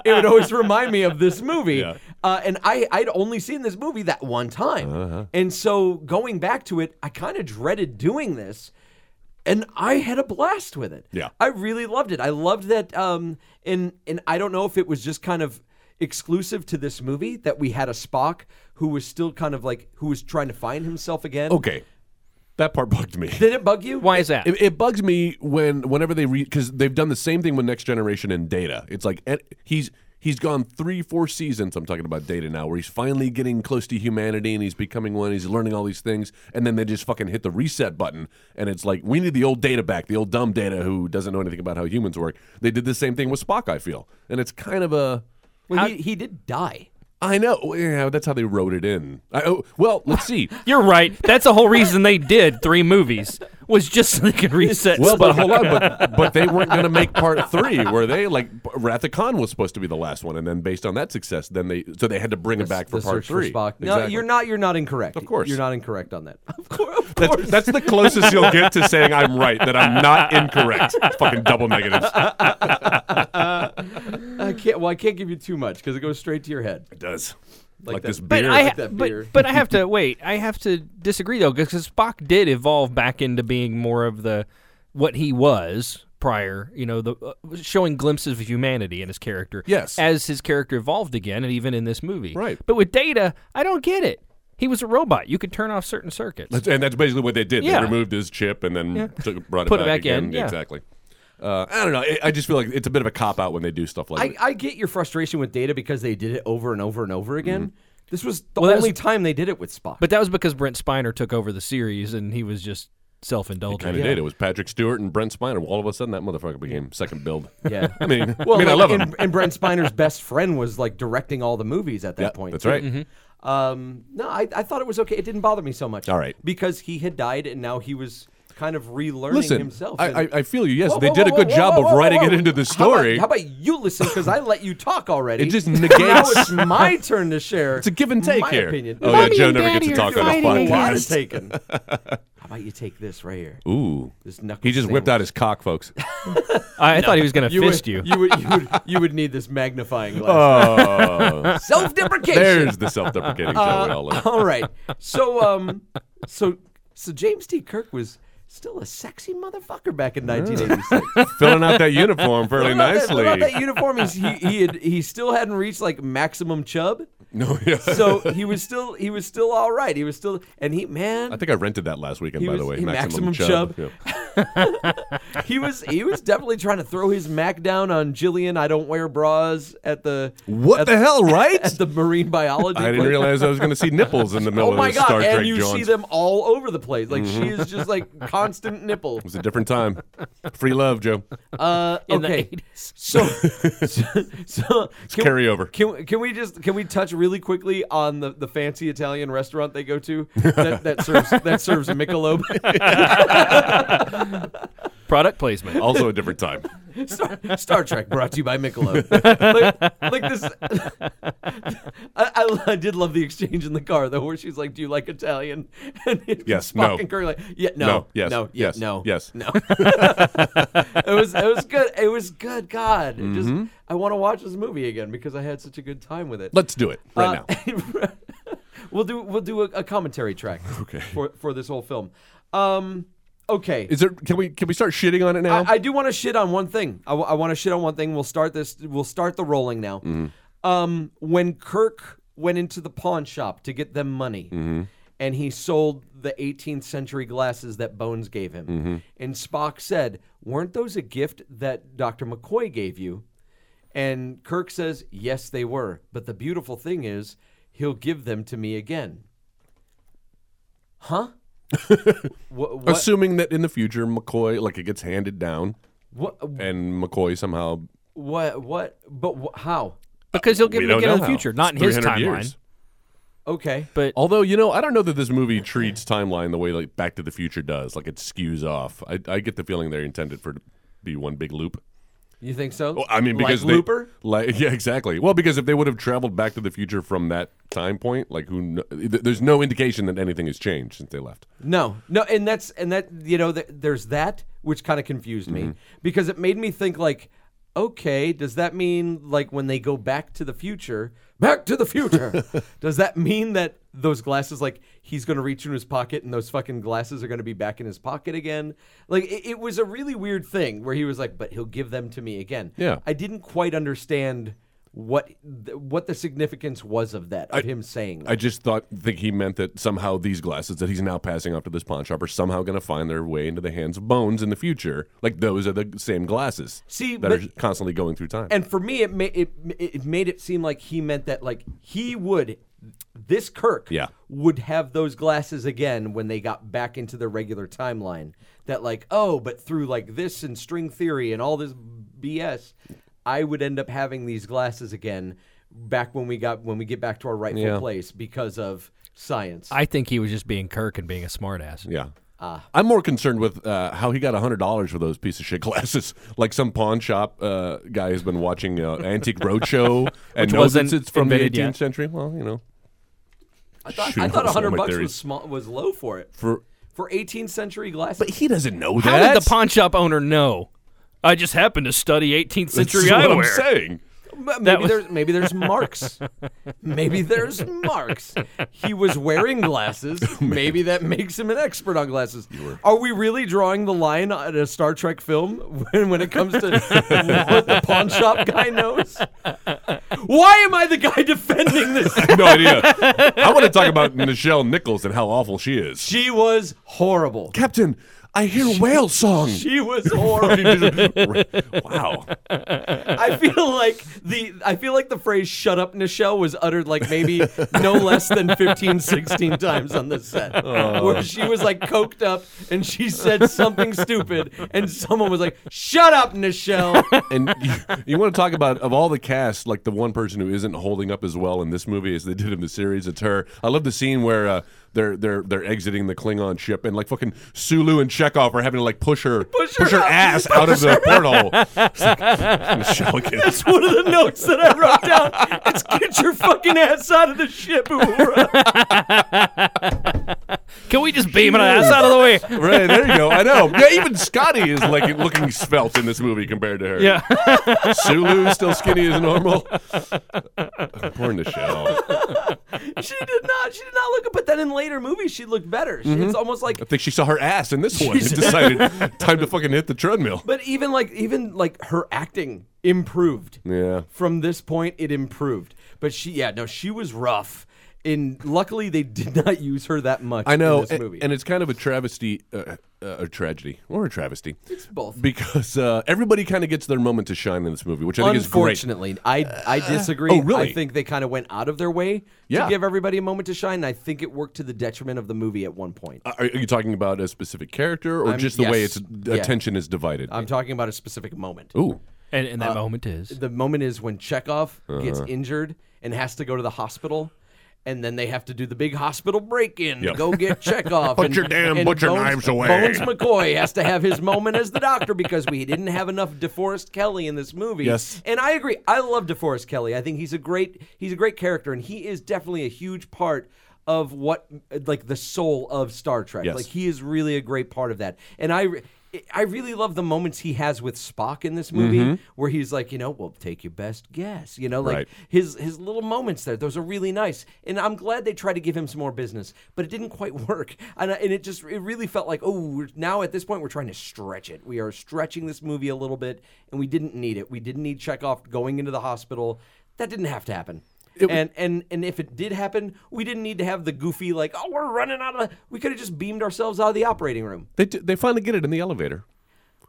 [SPEAKER 3] it would always remind me of this movie. Uh, and I, I'd only seen this movie that one time.
[SPEAKER 4] Uh-huh.
[SPEAKER 3] And so going back to it, I kind of dreaded doing this. And I had a blast with it.
[SPEAKER 4] Yeah.
[SPEAKER 3] I really loved it. I loved that. Um, and, and I don't know if it was just kind of exclusive to this movie that we had a Spock who was still kind of like, who was trying to find himself again.
[SPEAKER 4] Okay. That part bugged me.
[SPEAKER 3] Did it bug you?
[SPEAKER 5] Why is that?
[SPEAKER 4] It, it bugs me when whenever they read because they've done the same thing with Next Generation and Data. It's like and he's he's gone three four seasons. I'm talking about Data now, where he's finally getting close to humanity and he's becoming one. He's learning all these things, and then they just fucking hit the reset button, and it's like we need the old Data back, the old dumb Data who doesn't know anything about how humans work. They did the same thing with Spock, I feel, and it's kind of a
[SPEAKER 3] Well, he, he did die.
[SPEAKER 4] I know. Yeah, that's how they wrote it in. I, oh, well, let's see.
[SPEAKER 5] You're right. That's the whole reason they did three movies was just so they could reset.
[SPEAKER 4] Well, but hold on, but but they weren't going to make part three, were they? Like Wrath of Khan was supposed to be the last one, and then based on that success, then they so they had to bring it back for
[SPEAKER 3] The
[SPEAKER 4] part
[SPEAKER 3] search For
[SPEAKER 4] three.
[SPEAKER 3] Spock. No,
[SPEAKER 4] Exactly.
[SPEAKER 3] you're not. You're not incorrect. Of
[SPEAKER 4] course.
[SPEAKER 3] you're not incorrect on that. Of course. Of course.
[SPEAKER 4] That's, that's the closest you'll get to saying I'm right that I'm not incorrect. Fucking double negatives. It
[SPEAKER 3] I can't. Well, I can't give you too much because it goes straight to your head.
[SPEAKER 4] does like,
[SPEAKER 3] Like that-
[SPEAKER 4] this
[SPEAKER 5] But
[SPEAKER 4] beer.
[SPEAKER 5] I,
[SPEAKER 3] Like
[SPEAKER 5] ha-
[SPEAKER 3] that beer.
[SPEAKER 5] but, but I have to wait. I have to disagree though, because Spock did evolve back into being more of the what he was prior. You know, the uh, showing glimpses of humanity in his character.
[SPEAKER 4] Yes.
[SPEAKER 5] as his character evolved again, and even in this movie.
[SPEAKER 4] Right.
[SPEAKER 5] But with Data, I don't get it. He was a robot. You could turn off certain circuits.
[SPEAKER 4] That's- and that's basically what they did.
[SPEAKER 5] Yeah.
[SPEAKER 4] They removed his chip and then took, brought it
[SPEAKER 5] Put it
[SPEAKER 4] back,
[SPEAKER 5] back
[SPEAKER 4] again.
[SPEAKER 5] in, yeah.
[SPEAKER 4] Exactly. Uh, I don't know. I, I just feel like it's a bit of a cop out when they do stuff like
[SPEAKER 3] I,
[SPEAKER 4] that.
[SPEAKER 3] I get your frustration with Data because they did it over and over and over
[SPEAKER 4] Mm-hmm.
[SPEAKER 3] again. This was the
[SPEAKER 5] Well, that
[SPEAKER 3] only
[SPEAKER 5] was-
[SPEAKER 3] time they did it with Spock.
[SPEAKER 5] but that was because Brent Spiner took over the series, and he was just self indulgent.
[SPEAKER 4] Kind of did. It was Patrick Stewart and Brent Spiner. All of a sudden, that motherfucker became second build.
[SPEAKER 3] Yeah.
[SPEAKER 4] I mean, I mean, I
[SPEAKER 3] like,
[SPEAKER 4] love him.
[SPEAKER 3] And, and Brent Spiner's best friend was like directing all the movies at that
[SPEAKER 4] Yeah,
[SPEAKER 3] point.
[SPEAKER 4] that's right.
[SPEAKER 3] Um, no, I, I thought it was okay. It didn't bother me so much.
[SPEAKER 4] All right.
[SPEAKER 3] Because he had died and now he was kind of relearning
[SPEAKER 4] Listen,
[SPEAKER 3] himself.
[SPEAKER 4] I, I,
[SPEAKER 3] And-
[SPEAKER 4] I feel you. Yes,
[SPEAKER 3] Whoa,
[SPEAKER 4] they
[SPEAKER 3] whoa,
[SPEAKER 4] did a
[SPEAKER 3] whoa,
[SPEAKER 4] good
[SPEAKER 3] whoa,
[SPEAKER 4] job
[SPEAKER 3] whoa,
[SPEAKER 4] of
[SPEAKER 3] whoa,
[SPEAKER 4] writing
[SPEAKER 3] whoa.
[SPEAKER 4] it into the
[SPEAKER 3] How about-
[SPEAKER 4] story.
[SPEAKER 3] How about, you listen? Because I let you talk already.
[SPEAKER 4] It just
[SPEAKER 3] now
[SPEAKER 4] negates-
[SPEAKER 3] it's my turn to share.
[SPEAKER 4] it's a give and take
[SPEAKER 3] my
[SPEAKER 4] here.
[SPEAKER 3] Opinion.
[SPEAKER 4] Oh yeah, Joe never gets to talk on his
[SPEAKER 3] A lot is
[SPEAKER 4] podcast.
[SPEAKER 3] taken. How about you take this right here?
[SPEAKER 4] Ooh,
[SPEAKER 3] This knuckle.
[SPEAKER 4] he just whipped
[SPEAKER 3] sandwich.
[SPEAKER 4] out his cock, folks.
[SPEAKER 5] I, I thought he was going to
[SPEAKER 3] You would-
[SPEAKER 5] fist you.
[SPEAKER 3] You would, you would you would need this magnifying glass.
[SPEAKER 4] Oh,
[SPEAKER 3] Self-deprecation.
[SPEAKER 4] there's the self-deprecating
[SPEAKER 3] Uh,
[SPEAKER 4] Joe we all love.
[SPEAKER 3] All right. So um so so James T. Kirk was still a sexy motherfucker back in 1986.
[SPEAKER 4] filling out that uniform fairly
[SPEAKER 3] What um, about that-
[SPEAKER 4] nicely.
[SPEAKER 3] what about that uniform? He's, he he had, he still hadn't reached like maximum chub.
[SPEAKER 4] no, yeah.
[SPEAKER 3] So he was still he was still all right. He was still and he man
[SPEAKER 4] I think I rented that last weekend.
[SPEAKER 3] He
[SPEAKER 4] By the
[SPEAKER 3] was-
[SPEAKER 4] way,
[SPEAKER 3] he- Maximum Chub.
[SPEAKER 4] Yeah.
[SPEAKER 3] he was he was definitely trying to throw his mac down on Jillian. I don't wear bras at the
[SPEAKER 4] What
[SPEAKER 3] at,
[SPEAKER 4] the hell, right?
[SPEAKER 3] at the marine biology.
[SPEAKER 4] I didn't
[SPEAKER 3] place.
[SPEAKER 4] realize I was going to see nipples in the middle
[SPEAKER 3] Oh my
[SPEAKER 4] of this
[SPEAKER 3] god!
[SPEAKER 4] Star Trek.
[SPEAKER 3] and you see
[SPEAKER 4] Johns.
[SPEAKER 3] them all over the place. Like she is just like constant nipple.
[SPEAKER 4] It was a different time. Free love, Joe.
[SPEAKER 3] Uh,
[SPEAKER 5] In the
[SPEAKER 3] okay.
[SPEAKER 5] 80s.
[SPEAKER 3] So, so, so can,
[SPEAKER 4] carryover.
[SPEAKER 3] Can we- can we just can we touch really quickly on the, the fancy Italian restaurant they go to that, that serves that serves Michelob?
[SPEAKER 5] Product placement.
[SPEAKER 4] Also a different time.
[SPEAKER 3] Star, Star Trek brought to you by Michelob. like, like this, I, I, I did love the exchange in the car though, where she's like, "Do you like Italian?" And it's
[SPEAKER 4] Yes,
[SPEAKER 3] Spock
[SPEAKER 4] no.
[SPEAKER 3] and Kirk like, "Yeah, no,
[SPEAKER 4] No, yes,
[SPEAKER 3] no, yeah,
[SPEAKER 4] yes,
[SPEAKER 3] no,
[SPEAKER 4] yes.
[SPEAKER 3] no." it was it was good. It was good. God, it
[SPEAKER 4] Mm-hmm.
[SPEAKER 3] just I want to watch this movie again because I had such a good time with it.
[SPEAKER 4] Let's do it right
[SPEAKER 3] Uh,
[SPEAKER 4] now.
[SPEAKER 3] now. we'll do we'll do a, a commentary track
[SPEAKER 4] Okay.
[SPEAKER 3] for for this whole film. Um, okay,
[SPEAKER 4] Is there? Can we? Can we start shitting on it now?
[SPEAKER 3] I, I do want to shit on one thing. I, want to shit on one thing. We'll start this. We'll start the rolling now. Um, when Kirk went into the pawn shop to get them money, and he sold the 18th century glasses that Bones gave him, and Spock said, "Weren't those a gift that Doctor McCoy gave you?" And Kirk says, "Yes, they were. But the beautiful thing is, he'll give them to me again." Huh? what? What?
[SPEAKER 4] Assuming that in the future McCoy, like it gets handed down,
[SPEAKER 3] what
[SPEAKER 4] and McCoy somehow
[SPEAKER 3] What? What? But wh- how?
[SPEAKER 5] Because he'll give
[SPEAKER 4] we
[SPEAKER 5] him
[SPEAKER 4] don't
[SPEAKER 5] again
[SPEAKER 4] know
[SPEAKER 5] in the
[SPEAKER 4] how.
[SPEAKER 5] future, not in
[SPEAKER 4] It's
[SPEAKER 5] his
[SPEAKER 4] 300
[SPEAKER 5] timeline.
[SPEAKER 4] years.
[SPEAKER 3] Okay.
[SPEAKER 5] But
[SPEAKER 4] Although you know, I don't know that this movie treats timeline the way like Back to the Future does. Like it skews off. I, I get the feeling they intended for it to be one big loop.
[SPEAKER 3] You think so?
[SPEAKER 4] Well, I mean, because
[SPEAKER 3] like
[SPEAKER 4] they-
[SPEAKER 3] Looper.
[SPEAKER 4] like yeah, exactly. Well, because if they would have traveled Back to the Future from that time point, like who, kn- th- there's no indication that anything has changed since they left.
[SPEAKER 3] No, no, and that's and that you know th- there's that which kind of confused
[SPEAKER 4] Mm-hmm.
[SPEAKER 3] me because it made me think like, okay, does that mean like when they go back to the future, back to the future, does that mean that those glasses like he's going to reach in his pocket and those fucking glasses are going to be back in his pocket again? Like it, it was a really weird thing where he was like, but he'll give them to me again.
[SPEAKER 4] Yeah.
[SPEAKER 3] I didn't quite understand what th- what the significance was of that of him saying. that.
[SPEAKER 4] I just thought think he meant that somehow these glasses that he's now passing off to this pawn shop are somehow going to find their way into the hands of Bones in the future. Like those are the same glasses
[SPEAKER 3] See,
[SPEAKER 4] that
[SPEAKER 3] but-
[SPEAKER 4] are constantly going through time.
[SPEAKER 3] and for me it made it, it made it seem like he meant that like he would this kirk
[SPEAKER 4] Yeah.
[SPEAKER 3] would have those glasses again when they got back into their regular timeline that like oh but through like this and string theory and all this bs i would end up having these glasses again back when we got when we get back to our rightful
[SPEAKER 4] Yeah.
[SPEAKER 3] place because of science
[SPEAKER 5] I think he was just being Kirk and being a smartass.
[SPEAKER 4] Yeah. I'm more concerned with uh, how he got $100 for those piece of shit glasses. Like some pawn shop uh, guy has been watching uh, Antique Roadshow and
[SPEAKER 5] Which
[SPEAKER 4] knows
[SPEAKER 5] wasn't
[SPEAKER 4] it's, it's from the 18th
[SPEAKER 5] invented yet.
[SPEAKER 4] century. Well, you know,
[SPEAKER 3] i thought,
[SPEAKER 4] shoot,
[SPEAKER 3] I thought
[SPEAKER 4] that was one
[SPEAKER 3] 100
[SPEAKER 4] of my
[SPEAKER 3] bucks was
[SPEAKER 4] theories.
[SPEAKER 3] small was low for it
[SPEAKER 4] for
[SPEAKER 3] for 18th century glasses
[SPEAKER 4] but he doesn't know
[SPEAKER 5] How
[SPEAKER 4] that.
[SPEAKER 5] did the pawn shop owner know? I just happened to study 18th
[SPEAKER 4] That's
[SPEAKER 5] century
[SPEAKER 4] what I'm
[SPEAKER 5] eyewear.
[SPEAKER 4] saying.
[SPEAKER 3] But
[SPEAKER 5] That
[SPEAKER 3] maybe
[SPEAKER 5] was-
[SPEAKER 3] there's maybe there's marks. maybe there's marks. He was wearing glasses. maybe that makes him an expert on glasses. Are we really drawing the line at a Star Trek film when, when it comes to what the pawn shop guy knows? Why am I the guy defending this?
[SPEAKER 4] I have no idea. I want to talk about Michelle Nichols and how awful she is.
[SPEAKER 3] She was horrible.
[SPEAKER 4] Captain, I hear whale song.
[SPEAKER 3] She was horrible.
[SPEAKER 4] wow.
[SPEAKER 3] I feel like the I feel like the phrase "Shut up, Nichelle" was uttered like maybe no less than 15, 16 times on this set, where she was like coked up and she said something stupid, and someone was like, "Shut up, Nichelle."
[SPEAKER 4] And you, you want to talk about of all the cast, like the one person who isn't holding up as well in this movie as they did in the series, it's her. I love the scene where uh, they're they're they're exiting the Klingon ship, and like fucking Sulu and Chekhov are having to like push her push
[SPEAKER 3] her
[SPEAKER 4] her,
[SPEAKER 3] up.
[SPEAKER 4] ass out of the portal. It's like, Michelle can-
[SPEAKER 3] That's one of the notes that I wrote down. It's get your fucking ass out of the ship, Uhura.
[SPEAKER 5] Can we just beam it ass out of the way?
[SPEAKER 4] Right there you go. I know. Yeah, even Scotty is like looking svelte in this movie compared to her.
[SPEAKER 5] Yeah.
[SPEAKER 4] Sulu's still skinny as normal. Poor Michelle.
[SPEAKER 3] She did not. She did not look. But then in later movies, she looked better. She, It's almost like
[SPEAKER 4] I think she saw her ass in this one and decided time to fucking hit the treadmill.
[SPEAKER 3] But even like even like her acting improved.
[SPEAKER 4] Yeah.
[SPEAKER 3] From this point it improved. But she yeah, no, she was rough. And luckily they did not use her that much
[SPEAKER 4] I know,
[SPEAKER 3] in this
[SPEAKER 4] and,
[SPEAKER 3] movie.
[SPEAKER 4] and it's kind of a travesty, uh, uh, a tragedy, or a travesty,
[SPEAKER 3] it's both.
[SPEAKER 4] because uh, everybody kind of gets their moment to shine in this movie, which I think is great.
[SPEAKER 3] Unfortunately, I I disagree.
[SPEAKER 4] oh, really?
[SPEAKER 3] I think they kind of went out of their way to
[SPEAKER 4] Yeah.
[SPEAKER 3] give everybody a moment to shine. And I think it worked to the detriment of the movie at one point.
[SPEAKER 4] Uh, Are are you talking about a specific character, or
[SPEAKER 3] I'm-
[SPEAKER 4] just the way
[SPEAKER 3] yes.
[SPEAKER 4] its
[SPEAKER 3] Yeah.
[SPEAKER 4] uh, attention is divided?
[SPEAKER 3] I'm talking about a specific moment.
[SPEAKER 4] Ooh,
[SPEAKER 5] And, and
[SPEAKER 4] Uh,
[SPEAKER 5] that moment is.
[SPEAKER 3] The moment is when Chekhov
[SPEAKER 4] Uh-huh.
[SPEAKER 3] gets injured and has to go to the hospital. And then they have to do the big hospital break-in.
[SPEAKER 4] Yep.
[SPEAKER 3] Go get Chekhov.
[SPEAKER 4] Put
[SPEAKER 3] and,
[SPEAKER 4] your damn
[SPEAKER 3] and
[SPEAKER 4] butcher
[SPEAKER 3] Bones,
[SPEAKER 4] knives away.
[SPEAKER 3] Bones McCoy has to have his moment as the doctor because we didn't have enough DeForest Kelly in this movie.
[SPEAKER 4] Yes.
[SPEAKER 3] and I agree. I love DeForest Kelly. I think he's a great he's a great character, and he is definitely a huge part of what like the soul of Star Trek.
[SPEAKER 4] Yes.
[SPEAKER 3] Like he is really a great part of that, and I. re- I really love the moments he has with Spock in this movie, where he's like, you know, well, take your best guess. You know, like
[SPEAKER 4] Right.
[SPEAKER 3] his his little moments there; those are really nice, and I'm glad they tried to give him some more business, but it didn't quite work, and I- and it just it really felt like, oh, we're, now at this point we're trying to stretch it. We are stretching this movie a little bit, and we didn't need it. We didn't need Chekhov going into the hospital. That didn't have to happen. and and and if it did happen, we didn't need to have the goofy like, oh, we're running out of. We could have just beamed ourselves out of the operating room.
[SPEAKER 4] they t- they finally get it in the elevator.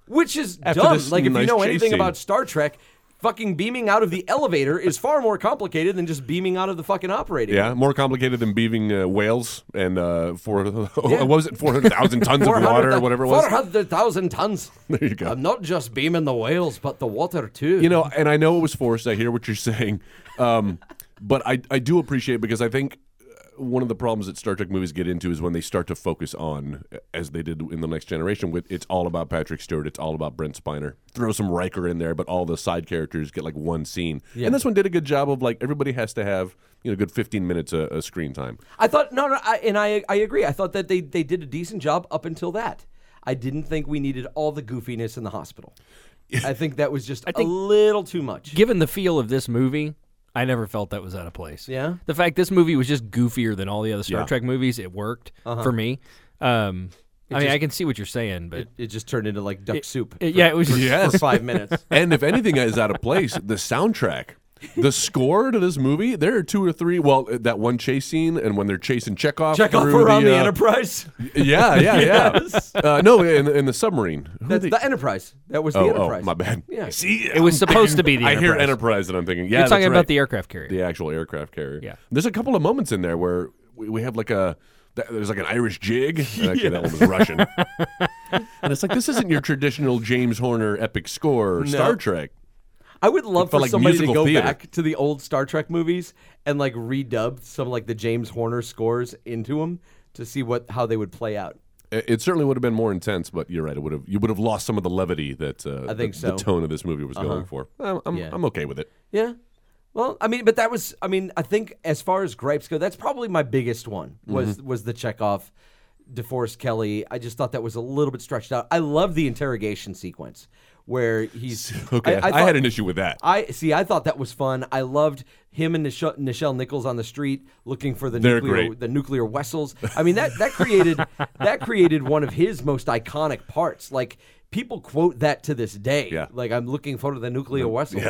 [SPEAKER 3] Which is
[SPEAKER 4] After
[SPEAKER 3] dumb.
[SPEAKER 4] this
[SPEAKER 3] Like, if you
[SPEAKER 4] nice
[SPEAKER 3] know
[SPEAKER 4] chase
[SPEAKER 3] anything
[SPEAKER 4] scene.
[SPEAKER 3] about Star Trek, fucking beaming out of the elevator is far more complicated than just beaming out of the fucking operating. room.
[SPEAKER 4] Yeah, more complicated than beaving uh, whales and uh, four. what was it? Four hundred thousand tons of water or whatever it was.
[SPEAKER 3] 400,000 tons.
[SPEAKER 4] There you go.
[SPEAKER 3] I'm not just beaming the whales, but the water too.
[SPEAKER 4] you know, and I know it was forced. I hear what you're saying, um, but I I do appreciate it because I think uh, one of the problems that Star Trek movies get into is when they start to focus on, uh, as they did in the Next Generation, with it's all about Patrick Stewart, it's all about Brent Spiner. Throw some Riker in there, but all the side characters get like one scene. And this one did a good job of like everybody has to have you know a good 15 minutes uh, of, of screen time.
[SPEAKER 3] I thought, no, no, I, and I, I agree. I thought that they, they did a decent job up until that. I didn't think we needed all the goofiness in the hospital. I think that was just
[SPEAKER 5] think-
[SPEAKER 3] a little too much.
[SPEAKER 5] Given the feel of this movie, I never felt that was out of place.
[SPEAKER 3] Yeah?
[SPEAKER 5] The fact this movie was just goofier than all the other Star
[SPEAKER 4] Yeah. Uh-huh.
[SPEAKER 5] Trek movies, it worked for me. Um, I mean, I can see what you're saying, but
[SPEAKER 3] It just turned into like duck soup.
[SPEAKER 5] it- yeah, it was.
[SPEAKER 3] for five minutes.
[SPEAKER 4] And if anything is out of place, the soundtrack, the score to this movie, there are two or three. Well, that one chase scene, and when they're chasing Chekhov,
[SPEAKER 3] Check off
[SPEAKER 4] through
[SPEAKER 3] around the
[SPEAKER 4] uh,
[SPEAKER 3] Enterprise.
[SPEAKER 4] Yeah, yeah, yeah. Uh, no, in, in the submarine. Who
[SPEAKER 3] That's
[SPEAKER 4] they-
[SPEAKER 3] the Enterprise. That was the
[SPEAKER 4] oh, oh,
[SPEAKER 3] Enterprise.
[SPEAKER 4] my bad.
[SPEAKER 3] Yeah.
[SPEAKER 4] See,
[SPEAKER 5] It was supposed to be the.
[SPEAKER 4] I hear
[SPEAKER 5] Enterprise.
[SPEAKER 4] Enterprise, and I'm thinking, yeah,
[SPEAKER 5] You're talking
[SPEAKER 4] that's
[SPEAKER 5] about
[SPEAKER 4] right.
[SPEAKER 5] the aircraft carrier.
[SPEAKER 4] the actual aircraft carrier.
[SPEAKER 5] Yeah.
[SPEAKER 4] There's a couple of moments in there where we, we have like a th- there's like an Irish jig. Actually, that one was Russian. and it's like this isn't your traditional James Horner epic score or Star Trek.
[SPEAKER 3] I would love
[SPEAKER 4] It felt
[SPEAKER 3] for
[SPEAKER 4] like
[SPEAKER 3] somebody to
[SPEAKER 4] musical
[SPEAKER 3] go
[SPEAKER 4] theater.
[SPEAKER 3] back to the old Star Trek movies and like redub some like the James Horner scores into them to see what how they would play out.
[SPEAKER 4] It it certainly would have been more intense, but you're right. It would have you would have lost some of the levity that uh,
[SPEAKER 3] I think
[SPEAKER 4] the,
[SPEAKER 3] so. Uh-huh.
[SPEAKER 4] the tone of this movie was going for. I'm I'm,
[SPEAKER 3] Yeah.
[SPEAKER 4] I'm okay with it.
[SPEAKER 3] Yeah. Well, I mean, but that was I mean, I think as far as gripes go, that's probably my biggest one was
[SPEAKER 4] Mm-hmm.
[SPEAKER 3] was the Chekhov DeForest Kelly. I just thought that was a little bit stretched out. I love the interrogation sequence where he's
[SPEAKER 4] Okay, I,
[SPEAKER 3] thought-
[SPEAKER 4] had an issue with that.
[SPEAKER 3] I see. I thought that was fun. I loved him and Nichelle, Nichelle Nichols on the street looking for the
[SPEAKER 4] They're
[SPEAKER 3] nuclear
[SPEAKER 4] great.
[SPEAKER 3] the nuclear Wessels. I mean that that created that created one of his most iconic parts. Like people quote that to this day.
[SPEAKER 4] Yeah.
[SPEAKER 3] Like I'm looking for the nuclear Wessels.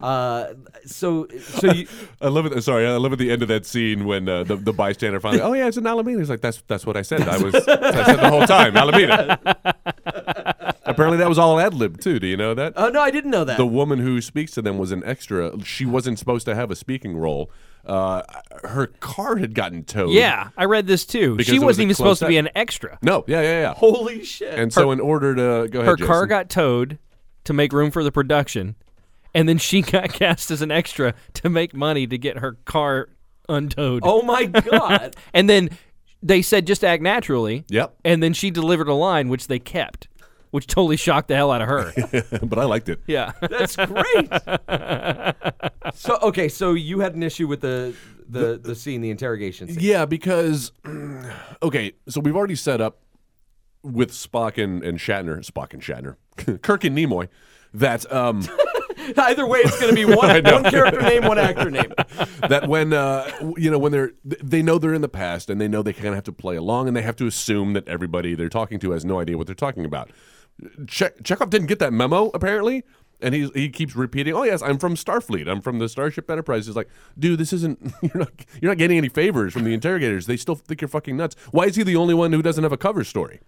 [SPEAKER 3] uh, so so you,
[SPEAKER 4] I love it. Sorry, I love at the end of that scene when uh, the, the bystander finally, oh yeah, it's an Alameda. He's like, that's that's what I said. I was I said the whole time Alameda. Apparently, that was all ad lib too. Do you know that?
[SPEAKER 3] oh no, I didn't know that.
[SPEAKER 4] the woman who speaks to them was an extra. She wasn't supposed to have a speaking role. Uh, her car had gotten towed.
[SPEAKER 5] Yeah, I read this too.
[SPEAKER 4] Because
[SPEAKER 5] she
[SPEAKER 4] it was a
[SPEAKER 5] wasn't even
[SPEAKER 4] close
[SPEAKER 5] supposed to be
[SPEAKER 4] second.
[SPEAKER 5] an extra.
[SPEAKER 4] No. Yeah. Yeah. Yeah.
[SPEAKER 3] Holy shit!
[SPEAKER 4] And so, in order to go
[SPEAKER 5] Her
[SPEAKER 4] ahead,
[SPEAKER 5] car
[SPEAKER 4] Jason.
[SPEAKER 5] got towed to make room for the production, and then she got cast as an extra to make money to get her car untowed.
[SPEAKER 3] oh my god.
[SPEAKER 5] And then they said just act naturally.
[SPEAKER 4] Yep.
[SPEAKER 5] And then she delivered a line which they kept, which totally shocked the hell out of her.
[SPEAKER 4] but I liked it.
[SPEAKER 5] yeah.
[SPEAKER 3] That's great. so okay, so you had an issue with the the the scene, the interrogation scene.
[SPEAKER 4] Yeah, because okay, so we've already set up with Spock and, and Shatner, Spock and Shatner, Kirk and Nimoy, that um
[SPEAKER 3] Either way, it's going to be one, one character name, one actor name.
[SPEAKER 4] that when uh w- you know when they're th- they know they're in the past and they know they kind of have to play along and they have to assume that everybody they're talking to has no idea what they're talking about. Che- Chekhov didn't get that memo apparently. And he's, he keeps repeating, "Oh yes, I'm from Starfleet. I'm from the Starship Enterprise." He's like, "Dude, this isn't. You're not. You're not getting any favors from the interrogators. They still think you're fucking nuts. Why is he the only one who doesn't have a cover story?"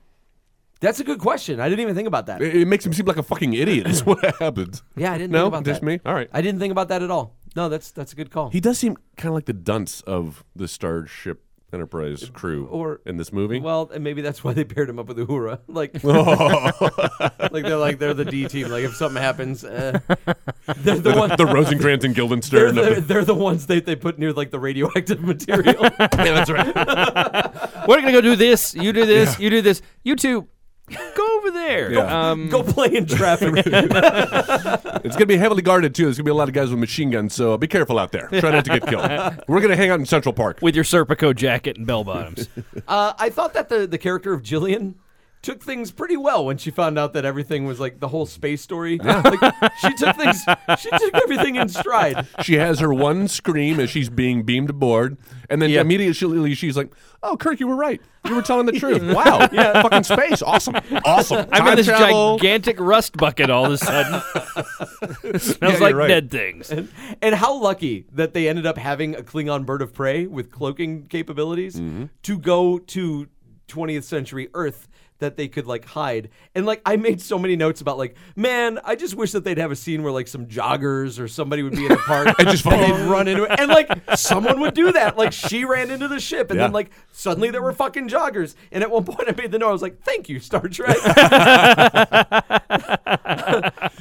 [SPEAKER 3] That's a good question. I didn't even think about that.
[SPEAKER 4] It, it makes him seem like a fucking idiot. Is what happens.
[SPEAKER 3] Yeah, I didn't
[SPEAKER 4] No,
[SPEAKER 3] think about
[SPEAKER 4] just
[SPEAKER 3] that.
[SPEAKER 4] me. All right.
[SPEAKER 3] I didn't think about that at all. No, that's that's a good call.
[SPEAKER 4] He does seem kind of like the dunce of the Starship Enterprise crew
[SPEAKER 3] Or-
[SPEAKER 4] in this movie.
[SPEAKER 3] well, and maybe that's why they paired him up with Uhura. Like,
[SPEAKER 4] Oh.
[SPEAKER 3] like they're like they're the D team. Like if something happens, uh, they're the one.
[SPEAKER 4] the Rosencrantz and
[SPEAKER 3] They're,
[SPEAKER 4] Guildenstern.
[SPEAKER 3] they're,
[SPEAKER 4] of
[SPEAKER 3] they're the ones they, they put near like the radioactive material.
[SPEAKER 4] the, yeah, that's right.
[SPEAKER 5] We're going to go do this. You do this. You do this. You two, go over there.
[SPEAKER 4] Yeah.
[SPEAKER 5] Um,
[SPEAKER 3] Go play in traffic.
[SPEAKER 4] It's gonna be heavily guarded too. There's gonna be a lot of guys with machine guns, so be careful out there. Try not to get killed. We're gonna hang out in Central Park.
[SPEAKER 5] with your Serpico jacket and bell bottoms.
[SPEAKER 3] Uh, I thought that the, the character of Jillian took things pretty well when she found out that everything was like the whole space story. Like, she took things, she took everything in stride.
[SPEAKER 4] She has her one scream as she's being beamed aboard, and then
[SPEAKER 5] Yeah.
[SPEAKER 4] immediately she's like, "Oh, Kirk, you were right. You were telling the truth. Wow, yeah. fucking space, awesome, awesome.
[SPEAKER 5] I'm in
[SPEAKER 4] Time
[SPEAKER 5] this
[SPEAKER 4] travel.
[SPEAKER 5] gigantic rust bucket all of a sudden. smells
[SPEAKER 4] you're
[SPEAKER 5] like
[SPEAKER 4] right.
[SPEAKER 5] dead things.
[SPEAKER 3] And how lucky that they ended up having a Klingon bird of prey with cloaking capabilities
[SPEAKER 4] Mm-hmm.
[SPEAKER 3] to go to 20th century Earth that they could like hide. And like I made so many notes about like, man, I just wish that they'd have a scene where like some joggers or somebody would be in the park and
[SPEAKER 4] just fall.
[SPEAKER 3] they'd run into it. And like someone would do that. Like she ran into the ship and then
[SPEAKER 4] Yeah.
[SPEAKER 3] like suddenly there were fucking joggers. And at one point I made the note, I was like, thank you, Star Trek. but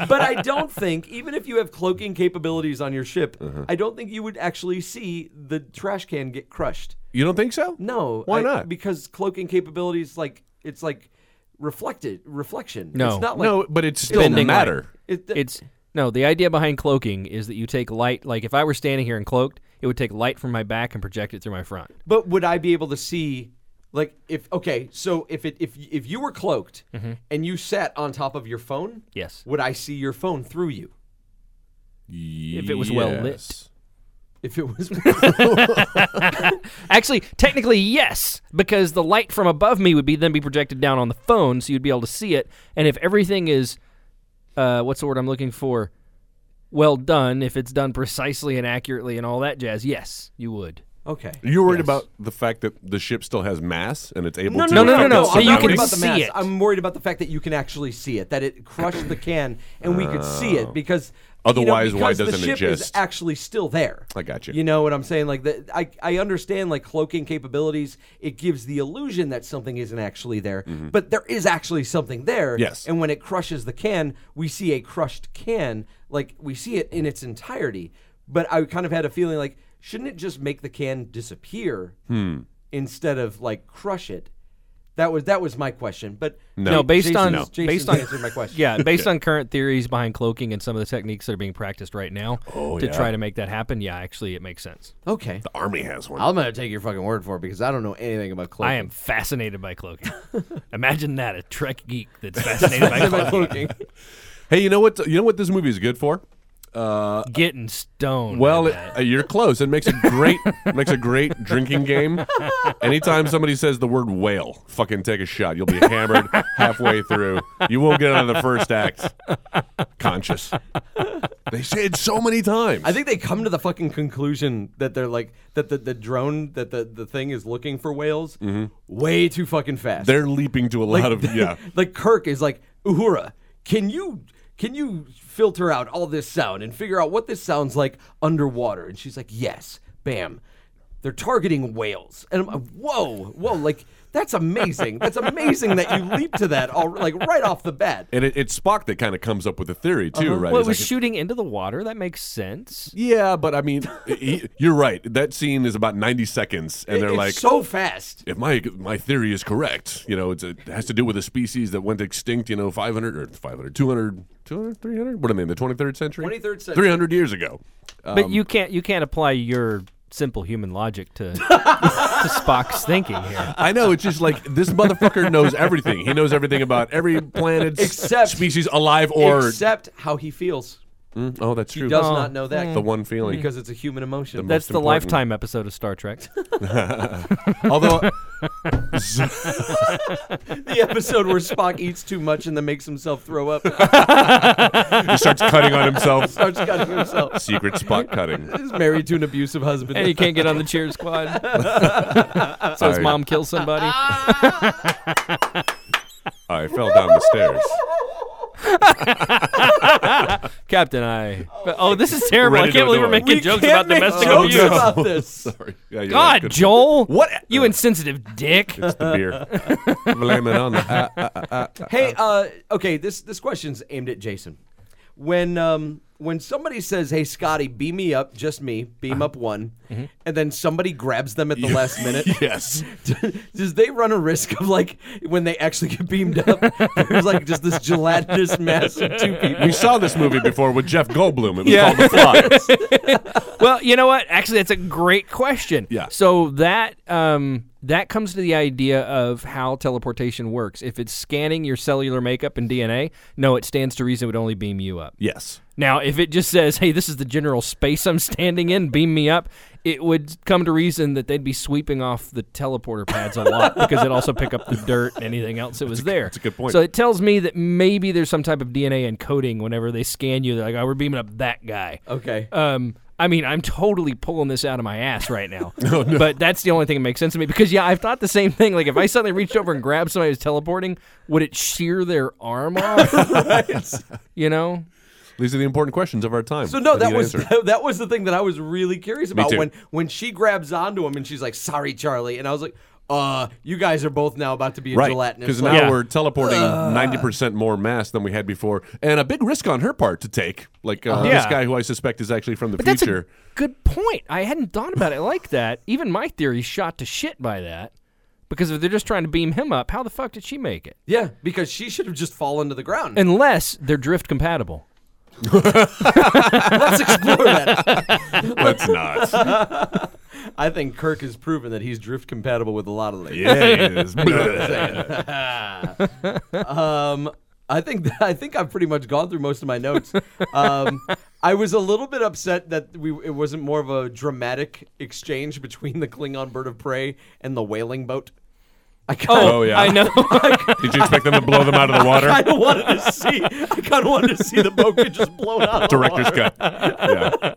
[SPEAKER 3] I don't think, even if you have cloaking capabilities on your ship,
[SPEAKER 4] Uh-huh.
[SPEAKER 3] I don't think you would actually see the trash can get crushed.
[SPEAKER 4] You don't think so?
[SPEAKER 3] No,
[SPEAKER 4] Why
[SPEAKER 3] I-
[SPEAKER 4] not?
[SPEAKER 3] Because cloaking capabilities, like it's like reflected reflection.
[SPEAKER 5] No.
[SPEAKER 3] it's not like
[SPEAKER 4] no, but it's still
[SPEAKER 5] bending
[SPEAKER 4] matter.
[SPEAKER 3] it-
[SPEAKER 5] It's no, the idea behind cloaking is that you take light. Like if I were standing here and cloaked, it would take light from my back and project it through my front.
[SPEAKER 3] But would I be able to see, like, if okay, so if it if if you were cloaked and you sat on top of your phone,
[SPEAKER 5] Mm-hmm. Yes.
[SPEAKER 3] would I see your phone through you?
[SPEAKER 4] If
[SPEAKER 5] it was well lit.
[SPEAKER 3] If it was
[SPEAKER 5] Actually, technically, yes, because the light from above me would be then be projected down on the phone, so you'd be able to see it. And if everything is, uh, what's the word I'm looking for? Well done. If it's done precisely and accurately and all that jazz, yes, you would.
[SPEAKER 3] okay.
[SPEAKER 4] You're worried about the fact that the ship still has mass and it's able to.
[SPEAKER 5] no, no, no,
[SPEAKER 4] So
[SPEAKER 5] so
[SPEAKER 3] I'm
[SPEAKER 5] you
[SPEAKER 3] not
[SPEAKER 5] can
[SPEAKER 3] worried about the
[SPEAKER 5] see
[SPEAKER 3] mass.
[SPEAKER 5] it.
[SPEAKER 3] I'm worried about the fact that you can actually see it, that it crushed the can and we could see
[SPEAKER 5] Oh.
[SPEAKER 3] it because you know,
[SPEAKER 4] Otherwise, why
[SPEAKER 3] because the
[SPEAKER 4] doesn't it
[SPEAKER 3] ship is
[SPEAKER 4] just-
[SPEAKER 3] actually still there?
[SPEAKER 4] I got you.
[SPEAKER 3] You know what I'm saying? Like the, I, I understand like cloaking capabilities. It gives the illusion that something isn't actually there,
[SPEAKER 5] Mm-hmm.
[SPEAKER 3] but there is actually something there.
[SPEAKER 4] Yes.
[SPEAKER 3] And when it crushes the can, we see a crushed can. Like we see it in its entirety. But I kind of had a feeling like shouldn't it just make the can disappear instead of like crush it? That was that was my question. But
[SPEAKER 5] No, based
[SPEAKER 3] Jason's-
[SPEAKER 5] on
[SPEAKER 3] Jason's
[SPEAKER 5] based on
[SPEAKER 3] answered my question.
[SPEAKER 5] Yeah, based on current theories behind cloaking and some of the techniques that are being practiced right now to
[SPEAKER 4] yeah.
[SPEAKER 5] try to make that happen. Oh, Yeah, actually, it makes sense.
[SPEAKER 3] Okay.
[SPEAKER 4] The army has one.
[SPEAKER 3] I'm gonna take your fucking word for it because I don't know anything about cloaking.
[SPEAKER 5] I am fascinated by cloaking. Imagine that a Trek geek that's fascinated by cloaking.
[SPEAKER 3] cloaking.
[SPEAKER 4] Hey, you know what? You know what this movie is good for? Uh,
[SPEAKER 5] Getting stoned.
[SPEAKER 4] well, it, uh, you're close. It makes a great makes a great drinking game. Anytime somebody says the word whale, fucking take a shot. You'll be hammered halfway through. You won't get out of the first act conscious. They say it so many times.
[SPEAKER 3] I think they come to the fucking conclusion that they're like that the, the drone that the, the thing is looking for whales way too fucking fast.
[SPEAKER 4] they're leaping to a lot of yeah.
[SPEAKER 3] like Kirk is like Uhura, can you can you filter out all this sound and figure out what this sounds like underwater? And she's like, yes, bam. They're targeting whales, and I'm like, whoa, whoa, like that's amazing. That's amazing that you leap to that all like right off the bat.
[SPEAKER 4] And it, it's Spock that kind of comes up with the theory too, right?
[SPEAKER 5] Uh-huh. well, it
[SPEAKER 4] He's
[SPEAKER 5] was
[SPEAKER 4] like,
[SPEAKER 5] shooting into the water. That makes sense.
[SPEAKER 4] yeah, but I mean, he- you're right. That scene is about 90 seconds, and they're
[SPEAKER 3] it's
[SPEAKER 4] like,
[SPEAKER 3] so fast.
[SPEAKER 4] if my my theory is correct, you know, it's a, it has to do with a species that went extinct, you know, 500 or 500, 200, 200, 300? What am I in, the 23rd century?
[SPEAKER 3] 23rd century.
[SPEAKER 4] 300 years ago.
[SPEAKER 5] but
[SPEAKER 4] Um,
[SPEAKER 5] you can't you can't apply your simple human logic to, to Spock's thinking here.
[SPEAKER 4] I know. It's just like this motherfucker knows everything. He knows everything about every planet,
[SPEAKER 3] Except-
[SPEAKER 4] species alive or.
[SPEAKER 3] Except how he feels.
[SPEAKER 4] Mm, oh, that's true.
[SPEAKER 3] He does not know that
[SPEAKER 4] the one feeling.
[SPEAKER 3] because it's a human emotion.
[SPEAKER 5] That's the
[SPEAKER 4] important.
[SPEAKER 5] lifetime episode of Star Trek.
[SPEAKER 4] Although,
[SPEAKER 3] the episode where Spock eats too much and then makes himself throw up,
[SPEAKER 4] he starts cutting on himself.
[SPEAKER 3] starts cutting himself.
[SPEAKER 4] Secret spot cutting.
[SPEAKER 3] He's married to an abusive husband.
[SPEAKER 5] and he can't get on the cheer squad. so his
[SPEAKER 4] I-
[SPEAKER 5] mom kills somebody.
[SPEAKER 4] I fell down the stairs.
[SPEAKER 5] Captain, I. But, oh, this is terrible.
[SPEAKER 4] Ready
[SPEAKER 5] I can't
[SPEAKER 4] to
[SPEAKER 5] believe we're
[SPEAKER 4] adore.
[SPEAKER 5] making
[SPEAKER 4] We
[SPEAKER 5] jokes
[SPEAKER 3] can't
[SPEAKER 5] about
[SPEAKER 3] make
[SPEAKER 5] domestic
[SPEAKER 3] jokes
[SPEAKER 5] abuse.
[SPEAKER 4] no.
[SPEAKER 3] about this.
[SPEAKER 4] Sorry. Yeah, you're right.
[SPEAKER 5] God,
[SPEAKER 4] Good-
[SPEAKER 5] Joel.
[SPEAKER 4] What?
[SPEAKER 5] You insensitive dick.
[SPEAKER 4] It's the beer. Blame it on the. Uh, uh,
[SPEAKER 3] Hey, uh, okay, this this question's aimed at Jason. When um, when somebody says, "Hey, Scotty, beam me up, just me, beam up one," and then somebody grabs them at the last minute,
[SPEAKER 4] yes.
[SPEAKER 3] does they run a risk of like when they actually get beamed up? There's like just this gelatinous mass of two people.
[SPEAKER 4] We saw this movie before with Jeff Goldblum. It was
[SPEAKER 5] Yeah.
[SPEAKER 4] called The Fly.
[SPEAKER 5] well, you know what? Actually, that's a great question.
[SPEAKER 4] Yeah.
[SPEAKER 5] So that um, that comes to the idea of how teleportation works. If it's scanning your cellular makeup and DNA, no, it stands to reason it would only beam you up.
[SPEAKER 4] yes.
[SPEAKER 5] Now, if it just says, "Hey, this is the general space I'm standing in, beam me up," it would come to reason that they'd be sweeping off the teleporter pads a lot because it'd also pick up the dirt and anything else that was there. That's
[SPEAKER 4] a good point.
[SPEAKER 5] So it tells me that maybe there's some type of DNA encoding whenever they scan you. They're like, "Oh, we're beaming up that guy."
[SPEAKER 4] Oh,
[SPEAKER 3] Okay.
[SPEAKER 5] Um, I mean, I'm totally pulling this out of my ass right now.
[SPEAKER 4] Oh,
[SPEAKER 5] But that's the only thing that makes sense to me because, yeah, I've thought the same thing. Like, if I suddenly reached over and grabbed somebody who's teleporting, would it shear their arm off? You know?
[SPEAKER 4] These are the important questions of our time.
[SPEAKER 3] So no, that
[SPEAKER 4] you
[SPEAKER 3] was
[SPEAKER 4] answered.
[SPEAKER 3] that, was the thing that I was really curious about
[SPEAKER 4] too.
[SPEAKER 3] when when she grabs onto him and she's like, "Sorry, Charlie," and I was like, "Uh, you guys are both now about to be a
[SPEAKER 4] right.
[SPEAKER 3] gelatinous."
[SPEAKER 4] Because now
[SPEAKER 3] plant."
[SPEAKER 5] Yeah.
[SPEAKER 4] we're teleporting
[SPEAKER 5] uh,
[SPEAKER 4] ninety percent more mass than we had before, and a big risk on her part to take. Like uh, this
[SPEAKER 5] Uh-huh. Yeah.
[SPEAKER 4] guy who I suspect is actually from the
[SPEAKER 5] But that's
[SPEAKER 4] future.
[SPEAKER 5] a good point. I hadn't thought about it like that. Even my theory's shot to shit by that. Because if they're just trying to beam him up, how the fuck did she make it?
[SPEAKER 3] yeah, because she should have just fallen to the ground.
[SPEAKER 5] Unless they're drift compatible.
[SPEAKER 3] Let's explore that.
[SPEAKER 4] Let's not.
[SPEAKER 3] I think Kirk has proven that he's drift compatible with a lot of ladies.
[SPEAKER 4] Yes. Blah.
[SPEAKER 3] Um, I think I think I've pretty much gone through most of my notes. Um, I was a little bit upset that we it wasn't more of a dramatic exchange between the Klingon bird of prey and the whaling boat. I kind of,
[SPEAKER 4] oh yeah.
[SPEAKER 5] I know.
[SPEAKER 4] Did you expect them to blow them out of the water?
[SPEAKER 3] kind of wanted to see. I kind of wanted to see the boat get just blown out. of the
[SPEAKER 4] Director's cut. Yeah.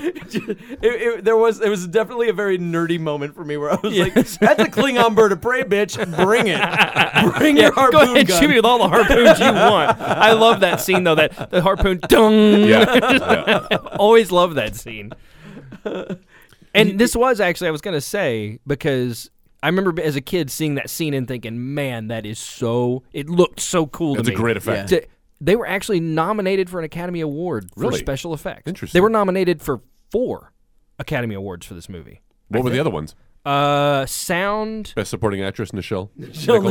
[SPEAKER 3] It, it- there was it was definitely a very nerdy moment for me where I was like, "That's a Klingon bird of prey, bitch! Bring it! Bring your
[SPEAKER 5] Go
[SPEAKER 3] harpoon
[SPEAKER 5] ahead,
[SPEAKER 3] gun!"
[SPEAKER 5] shoot me with all the harpoons you want. I love that scene though. That the harpoon, dung.
[SPEAKER 4] Yeah. yeah.
[SPEAKER 5] Always love that scene. And this was actually I was gonna say because I remember as a kid seeing that scene and thinking, man, that is so. It looked so cool.
[SPEAKER 4] That's
[SPEAKER 5] to
[SPEAKER 4] a
[SPEAKER 5] me.
[SPEAKER 4] great effect.
[SPEAKER 5] To- they were actually nominated for an Academy Award for
[SPEAKER 4] Really?
[SPEAKER 5] special effects.
[SPEAKER 4] Interesting.
[SPEAKER 5] They were nominated for four Academy Awards for this movie.
[SPEAKER 4] What were the other ones?
[SPEAKER 5] Uh, sound.
[SPEAKER 4] Best supporting actress, Nichelle.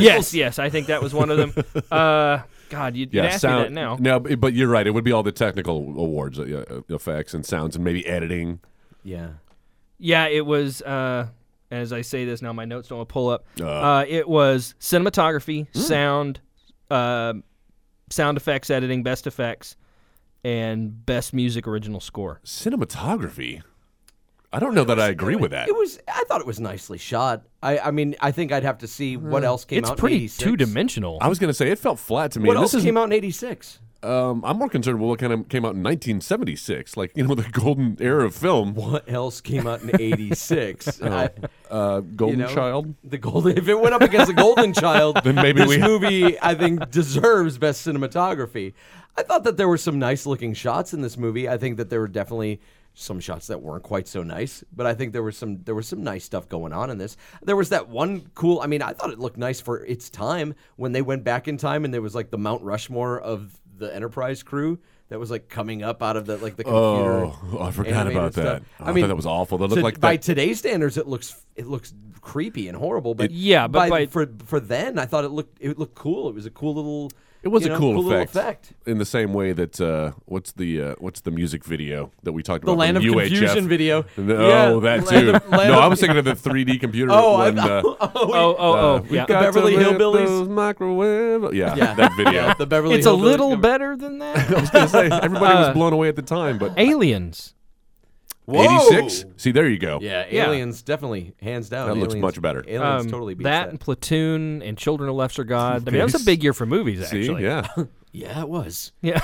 [SPEAKER 5] Yes, yes, I think that was one of them. Uh, God, you
[SPEAKER 4] Yeah,
[SPEAKER 5] you'd ask me
[SPEAKER 4] sound.
[SPEAKER 5] that now.
[SPEAKER 4] No, but but you're right. It would be all the technical awards, uh, uh, effects and sounds, and maybe editing.
[SPEAKER 3] Yeah.
[SPEAKER 5] Yeah, it was. Uh, as I say this now, my notes
[SPEAKER 4] Hmm.
[SPEAKER 5] don't want to pull up. Uh, it was cinematography, sound, uh, sound effects editing, best effects, and best music original score.
[SPEAKER 4] Cinematography. I don't know that I agree with that.
[SPEAKER 3] It was. I thought it was nicely shot. I, I mean, I think I'd have to see what else came
[SPEAKER 5] it's
[SPEAKER 3] out. in
[SPEAKER 5] pretty
[SPEAKER 3] 86.
[SPEAKER 5] two dimensional.
[SPEAKER 4] I was going to say it felt flat to me.
[SPEAKER 3] What
[SPEAKER 4] And
[SPEAKER 3] else
[SPEAKER 4] this is,
[SPEAKER 3] came out in '86?
[SPEAKER 4] Um, I'm more concerned with what kind of came out in 1976, like you know the golden era of film.
[SPEAKER 3] What else came out in Oh. '86?
[SPEAKER 4] Uh, Golden Child.
[SPEAKER 3] The golden. If it went up against the Golden Child, then
[SPEAKER 4] maybe
[SPEAKER 3] this
[SPEAKER 4] we-
[SPEAKER 3] movie I think deserves best cinematography. I thought that there were some nice looking shots in this movie. I think that there were definitely some shots that weren't quite so nice, but I think there was some there was some nice stuff going on in this. There was that one cool. I mean, I thought it looked nice for its time when they went back in time and there was like the Mount Rushmore of the Enterprise crew that was like coming up out of the like the computer.
[SPEAKER 4] Oh, I forgot
[SPEAKER 3] animated
[SPEAKER 4] about that.
[SPEAKER 3] stuff.
[SPEAKER 4] Oh, I, thought that was awful. That looked
[SPEAKER 3] to-
[SPEAKER 4] like
[SPEAKER 3] by
[SPEAKER 4] that.
[SPEAKER 3] today's standards, it looks it looks creepy and horrible. But
[SPEAKER 5] Yeah, but
[SPEAKER 3] by,
[SPEAKER 5] by-
[SPEAKER 3] for for then, I thought it looked it looked cool. It was a cool little.
[SPEAKER 4] it was
[SPEAKER 3] you
[SPEAKER 4] a
[SPEAKER 3] know,
[SPEAKER 4] cool,
[SPEAKER 3] little
[SPEAKER 4] effect, in the same way that uh, what's the uh, what's the music video that we talked
[SPEAKER 3] The
[SPEAKER 4] about?
[SPEAKER 3] Land of
[SPEAKER 4] from UHF?
[SPEAKER 3] Confusion video.
[SPEAKER 4] No,
[SPEAKER 3] Yeah, Land
[SPEAKER 4] that too.
[SPEAKER 3] of- Land
[SPEAKER 4] no,
[SPEAKER 3] of-
[SPEAKER 4] I was thinking of the 3D computer.
[SPEAKER 3] Oh, I-
[SPEAKER 4] when, uh,
[SPEAKER 5] oh, oh, oh,
[SPEAKER 4] uh,
[SPEAKER 5] yeah.
[SPEAKER 4] we got
[SPEAKER 3] Beverly
[SPEAKER 4] to live
[SPEAKER 3] Hillbillies.
[SPEAKER 4] those microwave. Yeah,
[SPEAKER 3] Yeah.
[SPEAKER 4] that video.
[SPEAKER 3] Yeah, the Beverly.
[SPEAKER 5] It's a
[SPEAKER 3] Hillbillies
[SPEAKER 5] little
[SPEAKER 3] cover.
[SPEAKER 5] better than
[SPEAKER 4] I
[SPEAKER 5] that.
[SPEAKER 4] was gonna say everybody was blown away at the time, but
[SPEAKER 5] Aliens.
[SPEAKER 3] Uh, Whoa!
[SPEAKER 4] 86. See, there you go.
[SPEAKER 3] Yeah,
[SPEAKER 5] Yeah.
[SPEAKER 3] aliens definitely hands down.
[SPEAKER 4] That looks
[SPEAKER 3] Aliens-
[SPEAKER 4] much better.
[SPEAKER 3] Aliens
[SPEAKER 5] Um,
[SPEAKER 3] totally beats
[SPEAKER 5] that,
[SPEAKER 3] that.
[SPEAKER 5] and Platoon and Children of Lesser God. I mean, that was a big year for movies,
[SPEAKER 4] See,
[SPEAKER 5] actually.
[SPEAKER 4] yeah,
[SPEAKER 3] Yeah, it was.
[SPEAKER 5] Yeah.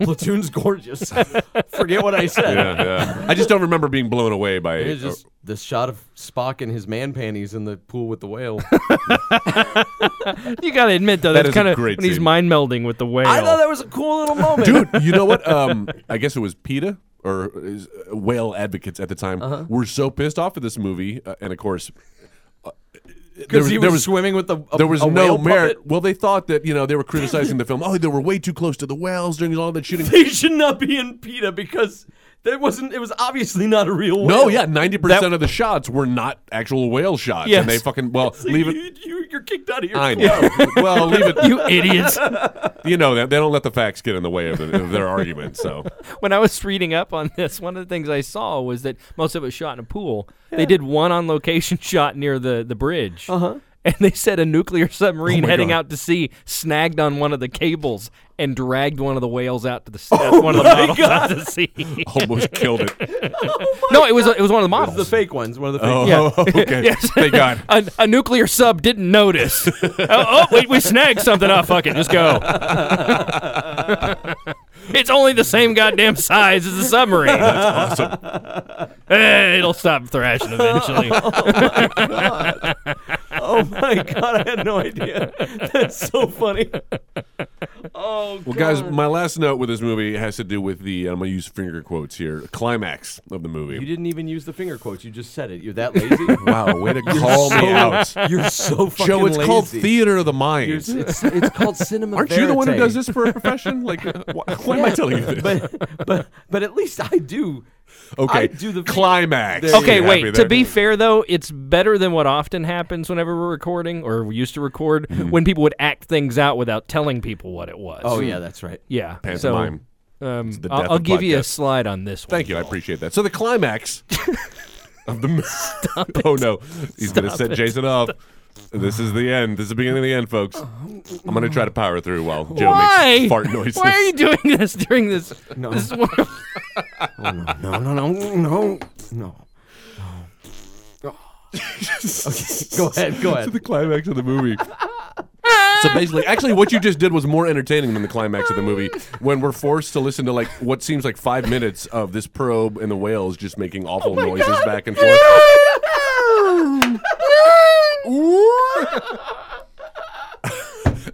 [SPEAKER 3] Platoon's gorgeous. Forget what I said.
[SPEAKER 4] yeah, yeah. I just don't remember being blown away by
[SPEAKER 3] It's just this shot of Spock in his man panties in the pool with the whale.
[SPEAKER 5] you got to admit, though,
[SPEAKER 4] That
[SPEAKER 5] that's
[SPEAKER 4] is a
[SPEAKER 5] kind of
[SPEAKER 4] great
[SPEAKER 5] when he's
[SPEAKER 4] scene.
[SPEAKER 5] mind melding with the whale.
[SPEAKER 3] I thought that was a cool little moment.
[SPEAKER 4] dude you know what um i guess it was peta or is- uh, whale advocates at the time
[SPEAKER 3] Uh-huh.
[SPEAKER 4] were so pissed off at this movie uh, and of course uh, there
[SPEAKER 3] because he
[SPEAKER 4] was- there
[SPEAKER 3] was,
[SPEAKER 4] was-
[SPEAKER 3] swimming with the a,
[SPEAKER 4] there was
[SPEAKER 3] a
[SPEAKER 4] no
[SPEAKER 3] whale
[SPEAKER 4] merit.
[SPEAKER 3] puppet.
[SPEAKER 4] Well, they thought that you know they were criticizing the film. Oh, they were way too close to the whales during all that shooting.
[SPEAKER 3] they should not be in PETA because that wasn't. It was obviously not a real whale.
[SPEAKER 4] No, yeah, ninety percent of the shots were not actual whale shots,
[SPEAKER 5] Yes.
[SPEAKER 4] and they fucking well leave it.
[SPEAKER 3] You, you, you're kicked out of here.
[SPEAKER 4] I know. well, leave it.
[SPEAKER 5] you idiots.
[SPEAKER 4] You know that they don't let the facts get in the way of, the, of their argument. So
[SPEAKER 5] when I was reading up on this, one of the things I saw was that most of it was shot in a pool. They did one on location shot near the, the bridge. Uh-huh. And they said a nuclear submarine
[SPEAKER 4] my
[SPEAKER 5] heading
[SPEAKER 4] God.
[SPEAKER 5] out to sea snagged on one of the cables and dragged one of the whales out to the oh one of the models out to sea.
[SPEAKER 4] almost killed it.
[SPEAKER 5] no, it was it was one of the
[SPEAKER 3] It was
[SPEAKER 5] models.
[SPEAKER 3] the fake ones. One of the fake.
[SPEAKER 4] Oh,
[SPEAKER 3] ones.
[SPEAKER 4] okay.
[SPEAKER 5] Yes.
[SPEAKER 4] Thank God.
[SPEAKER 5] a, a nuclear sub didn't notice. oh, oh, wait, we snagged something. Oh, fuck it, just go. it's only the same goddamn size as the submarine. That's awesome. it'll stop thrashing eventually.
[SPEAKER 3] Oh my god! I had no idea. That's so funny. Oh
[SPEAKER 4] Well, guys, my last note with this movie has to do with the I'm gonna use finger quotes here climax of the movie.
[SPEAKER 3] you didn't even use the finger quotes. You just said it. You're that lazy.
[SPEAKER 4] wow, way to call me
[SPEAKER 3] so-
[SPEAKER 4] out,
[SPEAKER 3] You're so fucking
[SPEAKER 4] Joe. It's
[SPEAKER 3] lazy.
[SPEAKER 4] called theater of the mind.
[SPEAKER 3] You're s- It's, it's called cinema.
[SPEAKER 4] Aren't you the one who
[SPEAKER 3] verite.
[SPEAKER 4] does this for a profession? Like, why, why am I telling you this?
[SPEAKER 3] But but but at least I do.
[SPEAKER 4] okay,
[SPEAKER 3] I do the
[SPEAKER 4] climax.
[SPEAKER 3] There
[SPEAKER 5] Okay,
[SPEAKER 4] Yeah, happy
[SPEAKER 5] wait.
[SPEAKER 4] there.
[SPEAKER 5] To be fair, though, it's better than what often happens whenever we're recording or we used to record
[SPEAKER 4] Mm-hmm.
[SPEAKER 5] when people would act things out without telling people what it was.
[SPEAKER 3] Oh yeah, that's right.
[SPEAKER 5] yeah.
[SPEAKER 4] pantomime.
[SPEAKER 5] So, um,
[SPEAKER 4] the death
[SPEAKER 5] I'll, I'll
[SPEAKER 4] of
[SPEAKER 5] give you a
[SPEAKER 4] podcast.
[SPEAKER 5] slide on this one.
[SPEAKER 4] Thank you, I appreciate that. So the climax of the movie. oh no, he's gonna set Jason up. This is the end. This is the beginning of the end, folks. I'm gonna try to power through while Joe
[SPEAKER 5] Why?
[SPEAKER 4] makes fart noises.
[SPEAKER 5] Why are you doing this during this?
[SPEAKER 3] No.
[SPEAKER 5] this one?
[SPEAKER 3] No, no, no, no, no. okay, go ahead, go
[SPEAKER 4] to
[SPEAKER 3] ahead.
[SPEAKER 4] the climax of the movie. so basically, actually, what you just did was more entertaining than the climax of the movie when we're forced to listen to like what seems like five minutes of this probe and the whales just making
[SPEAKER 5] Oh
[SPEAKER 4] awful noises back and forth.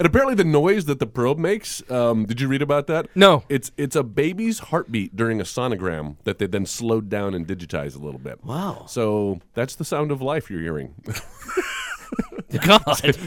[SPEAKER 4] and apparently, the noise that the probe makes. Um, did you read about that?
[SPEAKER 5] No.
[SPEAKER 4] It's it's a baby's heartbeat during a sonogram that they then slowed down and digitized a little bit.
[SPEAKER 3] Wow.
[SPEAKER 4] So that's the sound of life you're hearing.
[SPEAKER 5] God.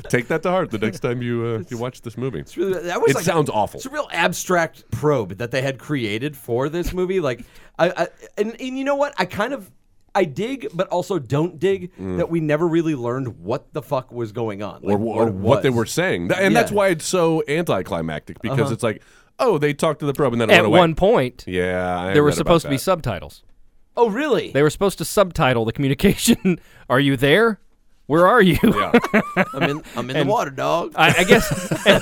[SPEAKER 4] Take that to heart the next time you uh, you watch this movie.
[SPEAKER 3] It's really- That was
[SPEAKER 4] It
[SPEAKER 3] like
[SPEAKER 4] sounds awful.
[SPEAKER 3] It's a real abstract probe that they had created for this movie. Like, I, I and, and you know what? I kind of I dig, but also don't dig that we never really learned what the fuck was going on
[SPEAKER 4] Mm. or,
[SPEAKER 3] like,
[SPEAKER 4] or
[SPEAKER 3] it
[SPEAKER 4] what they
[SPEAKER 3] was.
[SPEAKER 4] were saying. Th- And that's
[SPEAKER 3] Yeah. Uh-huh.
[SPEAKER 4] why it's so anticlimactic because it's like, oh, they talked to the probe and then it went
[SPEAKER 5] At
[SPEAKER 4] away.
[SPEAKER 5] one point,
[SPEAKER 4] yeah, I
[SPEAKER 5] there were
[SPEAKER 4] read about
[SPEAKER 5] supposed to be
[SPEAKER 4] that.
[SPEAKER 5] subtitles.
[SPEAKER 3] Oh, really?
[SPEAKER 5] They were supposed to subtitle the communication. Are you there? Where are you?
[SPEAKER 3] I'm in, I'm in the water, dog.
[SPEAKER 5] I, I guess. And,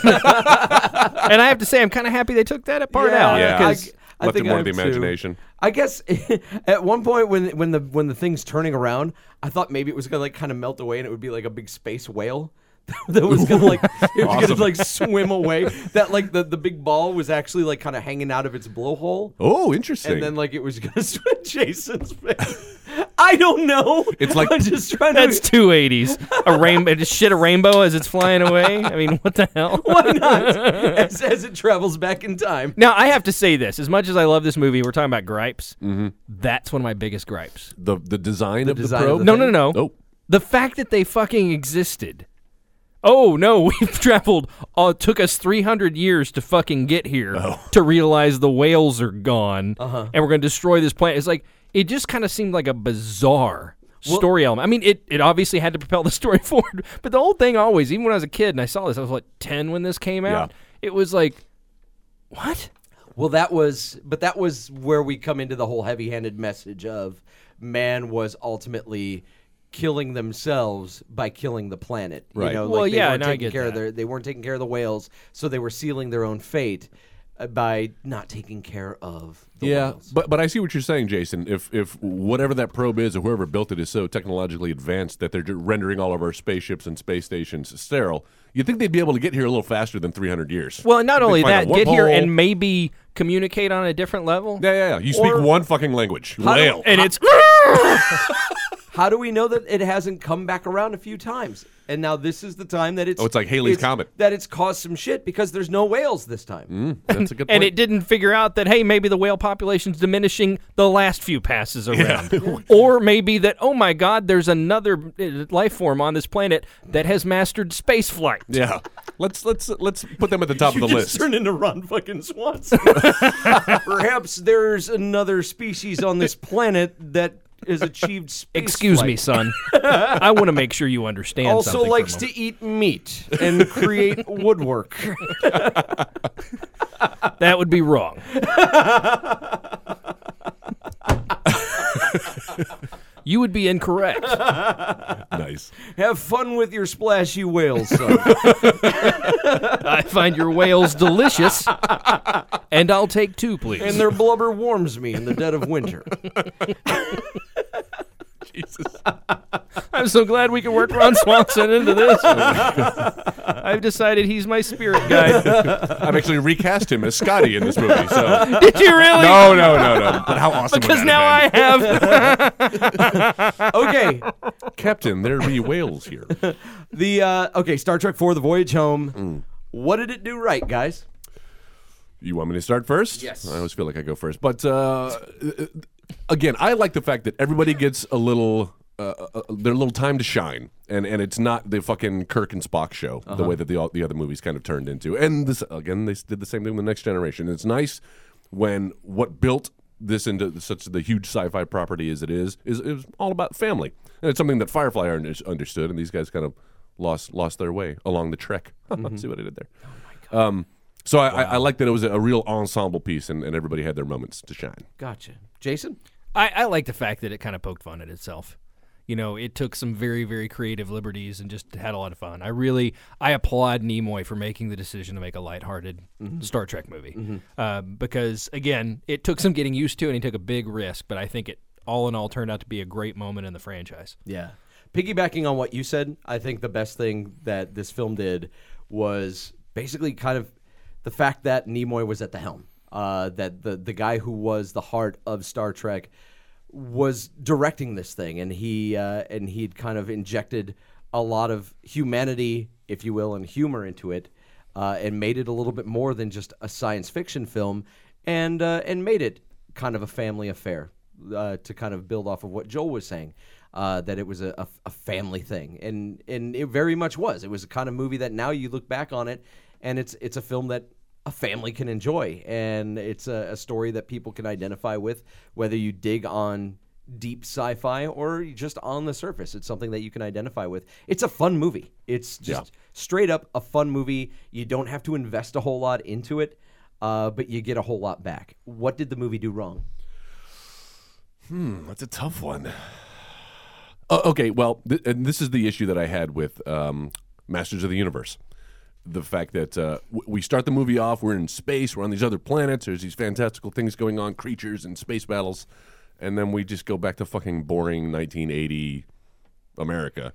[SPEAKER 5] and I have to say, I'm kind of happy they took that part out.
[SPEAKER 4] Yeah.
[SPEAKER 3] I,
[SPEAKER 5] because-
[SPEAKER 3] I
[SPEAKER 4] Left
[SPEAKER 3] think
[SPEAKER 4] it more
[SPEAKER 3] I
[SPEAKER 4] to the
[SPEAKER 3] am too.
[SPEAKER 4] imagination.
[SPEAKER 3] I guess at one point when when the when the thing's turning around, I thought maybe it was gonna like kind of melt away and it would be like a big space whale that was gonna like it was
[SPEAKER 4] Awesome.
[SPEAKER 3] gonna like swim away. That like the, the big ball was actually like kind of hanging out of its blowhole,
[SPEAKER 4] Oh, interesting.
[SPEAKER 3] and then like it was gonna swim Jason's face. I don't know.
[SPEAKER 4] It's like-
[SPEAKER 3] I'm just trying
[SPEAKER 5] That's
[SPEAKER 3] to.
[SPEAKER 5] two eighties. A rainbow, just shit a rainbow as it's flying away. I mean, what the hell?
[SPEAKER 3] Why not? As, as it travels back in time.
[SPEAKER 5] Now I have to say this: as much as I love this movie, we're talking about gripes.
[SPEAKER 4] Mm-hmm.
[SPEAKER 5] That's one of my biggest gripes.
[SPEAKER 4] the the design of
[SPEAKER 3] design
[SPEAKER 4] the
[SPEAKER 3] of
[SPEAKER 4] probe.
[SPEAKER 3] the
[SPEAKER 5] No, no, no.
[SPEAKER 4] Oh.
[SPEAKER 5] The fact that they fucking existed. Oh no, we've traveled. Oh, it took us three hundred years to fucking get here to realize the whales are gone, and we're going to destroy this planet. It's like it just kind of seemed like a bizarre. Story element. I mean, it, it obviously had to propel the story forward, but the whole thing always, even when I was a kid and I saw this, I was like 10 when this came out. It was like, what?
[SPEAKER 3] Well, that was, but that was where we come into the whole heavy-handed message of man was ultimately killing themselves by killing the planet.
[SPEAKER 4] Right.
[SPEAKER 3] You know,
[SPEAKER 5] Well,
[SPEAKER 3] like they
[SPEAKER 5] yeah,
[SPEAKER 3] weren't
[SPEAKER 5] now I
[SPEAKER 3] taking
[SPEAKER 5] get
[SPEAKER 3] care of
[SPEAKER 5] that.
[SPEAKER 3] their, they weren't taking care of the whales, so they were sealing their own fate uh, by not taking care of the
[SPEAKER 4] Yeah,
[SPEAKER 3] whales.
[SPEAKER 4] but but I see what you're saying, Jason. If if whatever that probe is, or whoever built it, is so technologically advanced that they're ju- rendering all of our spaceships and space stations sterile, you'd think they'd be able to get here a little faster than 300 years.
[SPEAKER 5] Well, and not
[SPEAKER 4] They
[SPEAKER 5] only that,
[SPEAKER 4] find a
[SPEAKER 5] get here
[SPEAKER 4] wormhole.
[SPEAKER 5] and maybe communicate on a different level.
[SPEAKER 4] yeah, yeah, yeah. You speak
[SPEAKER 5] Or-
[SPEAKER 4] one fucking language, whale.
[SPEAKER 5] And it's
[SPEAKER 3] How do we know that it hasn't come back around a few times? And now this is the time that it's
[SPEAKER 4] Oh, it's like Halley's Comet. Mm-hmm.
[SPEAKER 3] that it's caused some shit because there's no whales this time.
[SPEAKER 4] That's a good point.
[SPEAKER 5] and it didn't figure out that hey, maybe the whale population's diminishing the last few passes around, or maybe that oh my god, there's another uh, life form on this planet that has mastered space flight.
[SPEAKER 4] yeah, let's let's let's put them at the top
[SPEAKER 3] you
[SPEAKER 4] of the
[SPEAKER 3] just
[SPEAKER 4] list.
[SPEAKER 3] turn into Ron fucking Swanson. Perhaps there's another species on this planet that has achieved space
[SPEAKER 5] Excuse
[SPEAKER 3] flight.
[SPEAKER 5] me, son. I want to make sure you understand.
[SPEAKER 3] Also
[SPEAKER 5] something for a
[SPEAKER 3] likes
[SPEAKER 5] moment.
[SPEAKER 3] to eat meat and create woodwork. e-
[SPEAKER 5] That would be wrong. you would be incorrect.
[SPEAKER 4] nice.
[SPEAKER 3] Have fun with your splashy whales, son.
[SPEAKER 5] I find your whales delicious, and I'll take two, please.
[SPEAKER 3] and their blubber warms me in the dead of winter.
[SPEAKER 5] I'm so glad we can work Ron Swanson into this. I've decided he's my spirit guide.
[SPEAKER 4] I've actually recast him as Scotty in this movie. So
[SPEAKER 5] Did you really?
[SPEAKER 4] no, no, no, no. But how awesome! would
[SPEAKER 5] Because
[SPEAKER 4] that
[SPEAKER 5] now I
[SPEAKER 4] have
[SPEAKER 5] have.
[SPEAKER 3] Okay,
[SPEAKER 4] been? Captain, there be whales here.
[SPEAKER 3] the uh, okay Star Trek Four: The Voyage Home. What did it do right, guys?
[SPEAKER 4] You want me to start first? Yes. I always feel like I go first. But uh, again, I like the fact that everybody gets a little. Uh, uh, their little time to shine, and and it's not the fucking Kirk and Spock show the way that the all, the other movies kind of turned into. And this again, they s- did the same thing with the Next Generation. It's nice when what built this into such the huge sci-fi property as it is is it was all about family, and it's something that Firefly under- understood, and these guys kind of lost lost their way along the trek. See what I did there. Um, so I, I, I like that it was a, a real ensemble piece, and, and everybody had their moments to shine.
[SPEAKER 3] Gotcha, Jason.
[SPEAKER 5] I, I like the fact that it kind of poked fun at itself. You know, it took some very, very creative liberties and just had a lot of fun. I really, I applaud Nimoy for making the decision to make a lighthearted Star Trek movie uh, because, again, it took some getting used to and he took a big risk, but I think it all in all turned out to be a great moment in the franchise.
[SPEAKER 3] Yeah. Piggybacking on what you said, I think the best thing that this film did was basically kind of the fact that Nimoy was at the helm. Uh, that the the guy who was the heart of Star Trek was directing this thing, and he uh, and he'd kind of injected a lot of humanity, if you will, and humor into it, uh, and made it a little bit more than just a science fiction film, and uh, and made it kind of a family affair uh, to kind of build off of what Joel was saying, uh, that it was a, a, a family thing, and and it very much was. It was a kind of movie that now you look back on it, and it's it's a film that a family can enjoy, and it's a, a story that people can identify with, whether you dig on deep sci-fi or just on the surface. It's something that you can identify with. It's a fun movie. It's just straight up a fun movie. You don't have to invest a whole lot into it. Uh, but you get a whole lot back. What did the movie do wrong?
[SPEAKER 4] That's a tough one. Oh, okay, well, th- and this is the issue that I had with um, Masters of the Universe. The fact that uh, w- we start the movie off, we're in space, we're on these other planets, there's these fantastical things going on, creatures and space battles, and then we just go back to fucking boring 1980 America.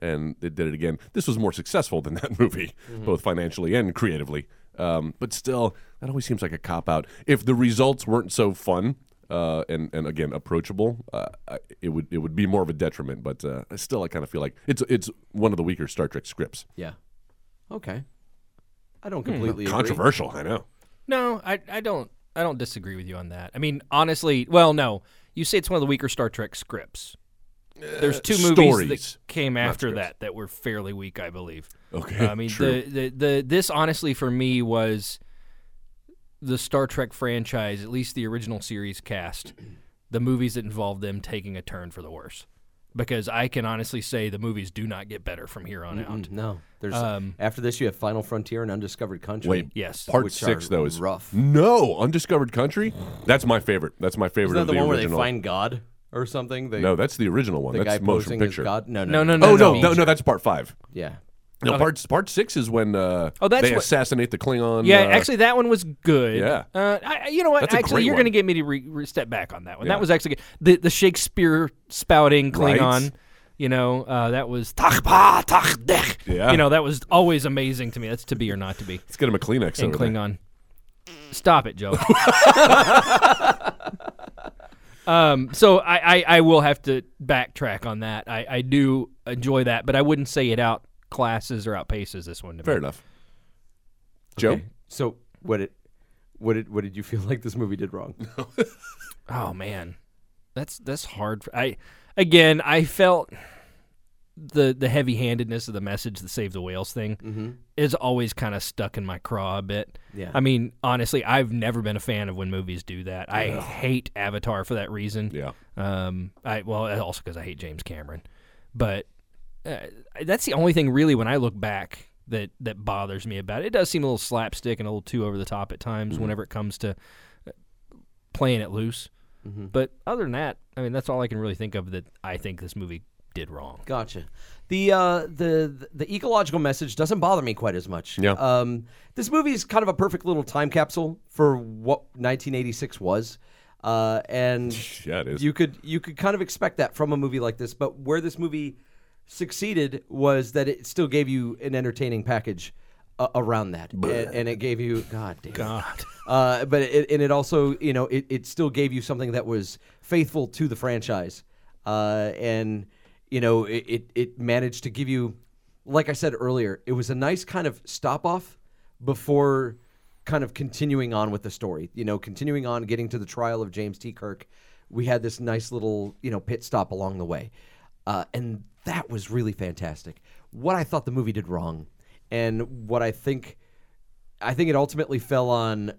[SPEAKER 4] And it did it again. This was more successful than that movie,
[SPEAKER 3] Mm-hmm.
[SPEAKER 4] both financially and creatively. Um, but still, that always seems like a cop out. If the results weren't so fun uh, and and again approachable, uh, I- it would it would be more of a detriment. But uh, I still, I kind of feel like it's it's one of the weaker Star Trek scripts.
[SPEAKER 3] Yeah. Okay. I don't
[SPEAKER 4] Hmm.
[SPEAKER 3] completely agree.
[SPEAKER 4] Controversial, I know.
[SPEAKER 5] No, I, I don't I don't disagree with you on that. I mean, honestly, well, no, you say it's one of the weaker Star Trek scripts. There's two movies
[SPEAKER 4] Uh, stories,
[SPEAKER 5] that came after
[SPEAKER 4] scripts.
[SPEAKER 5] that that were fairly weak, I believe. Uh,
[SPEAKER 4] Okay,
[SPEAKER 5] I mean,
[SPEAKER 4] true.
[SPEAKER 5] The, the the this honestly for me was the Star Trek franchise, at least the original series cast, the movies that involved them taking a turn for the worse. Because I can honestly say the movies do not get better from here on out.
[SPEAKER 3] No. There's after this you have Final Frontier and Undiscovered Country.
[SPEAKER 4] Wait,
[SPEAKER 5] Yes.
[SPEAKER 4] Part
[SPEAKER 3] Um, Which
[SPEAKER 4] six
[SPEAKER 3] are
[SPEAKER 4] though is
[SPEAKER 3] rough.
[SPEAKER 4] No, Undiscovered Country. That's my favorite. That's my
[SPEAKER 3] Isn't
[SPEAKER 4] favorite
[SPEAKER 3] that
[SPEAKER 4] of
[SPEAKER 3] the,
[SPEAKER 4] the,
[SPEAKER 3] one where
[SPEAKER 4] original.
[SPEAKER 3] they find God or something? They,
[SPEAKER 4] no, that's the original one.
[SPEAKER 3] the guy
[SPEAKER 4] that's motion
[SPEAKER 3] posing
[SPEAKER 4] picture.
[SPEAKER 3] as God. No,
[SPEAKER 5] No,
[SPEAKER 3] no,
[SPEAKER 5] no, no,
[SPEAKER 4] Oh no, no, no, that's part five.
[SPEAKER 3] Yeah.
[SPEAKER 4] No, part part six is when uh,
[SPEAKER 5] Oh, that's
[SPEAKER 4] they
[SPEAKER 5] what-
[SPEAKER 4] assassinate the Klingon.
[SPEAKER 5] Yeah,
[SPEAKER 4] uh,
[SPEAKER 5] actually, that one was good.
[SPEAKER 4] Yeah.
[SPEAKER 5] Uh, I, I- you know what?
[SPEAKER 4] That's a
[SPEAKER 5] Actually,
[SPEAKER 4] great
[SPEAKER 5] you're
[SPEAKER 4] one.
[SPEAKER 5] going to get me to re- re- step back on that one.
[SPEAKER 4] Yeah.
[SPEAKER 5] That was actually good. the the Shakespeare spouting
[SPEAKER 4] Right.
[SPEAKER 5] Klingon. You know, uh, that was Tachpa Tachdech.
[SPEAKER 4] Yeah.
[SPEAKER 5] You know, that was always amazing to me. That's to be or not to be
[SPEAKER 4] let's get him a Kleenex.
[SPEAKER 5] in
[SPEAKER 4] over there.
[SPEAKER 5] Klingon. Stop it, Joe. um, so I, I, I will have to backtrack on that. I, I do enjoy that, but I wouldn't say it outclasses or outpaces this one. To
[SPEAKER 4] Fair
[SPEAKER 5] me.
[SPEAKER 4] enough. Joe,
[SPEAKER 3] Okay. So what it what did what did you feel like this movie did wrong?
[SPEAKER 5] Oh man, that's that's hard. For, I again, I felt the the heavy handedness of the message, the save the whales thing, is always kind of stuck in my craw a bit.
[SPEAKER 3] Yeah.
[SPEAKER 5] I mean, honestly, I've never been a fan of when movies do that. I hate Avatar for that reason.
[SPEAKER 4] Yeah.
[SPEAKER 5] Um. I well, also because I hate James Cameron, but uh, that's the only thing really when I look back that that bothers me about it. It does seem a little slapstick and a little too over the top at times whenever it comes to uh, playing it loose. But other than that, I mean, that's all I can really think of that I think this movie did wrong.
[SPEAKER 3] Gotcha. The uh, the the ecological message doesn't bother me quite as much.
[SPEAKER 4] Yeah.
[SPEAKER 3] Um, this movie is kind of a perfect little time capsule for what 1986 was, uh, and
[SPEAKER 4] Yeah, it is.
[SPEAKER 3] You could you could kind of expect that from a movie like this. But where this movie succeeded was that it still gave you an entertaining package uh, around that, and, and it gave you God damn.
[SPEAKER 5] God.
[SPEAKER 3] Uh, but it, and it also, you know, it, it still gave you something that was faithful to the franchise, uh, and you know, it, it it managed to give you, like I said earlier, it was a nice kind of stop off before kind of continuing on with the story. You know, continuing on, getting to the trial of James T. Kirk, we had this nice little you know pit stop along the way, uh, and that was really fantastic. What I thought the movie did wrong, and what I think. I think it ultimately fell on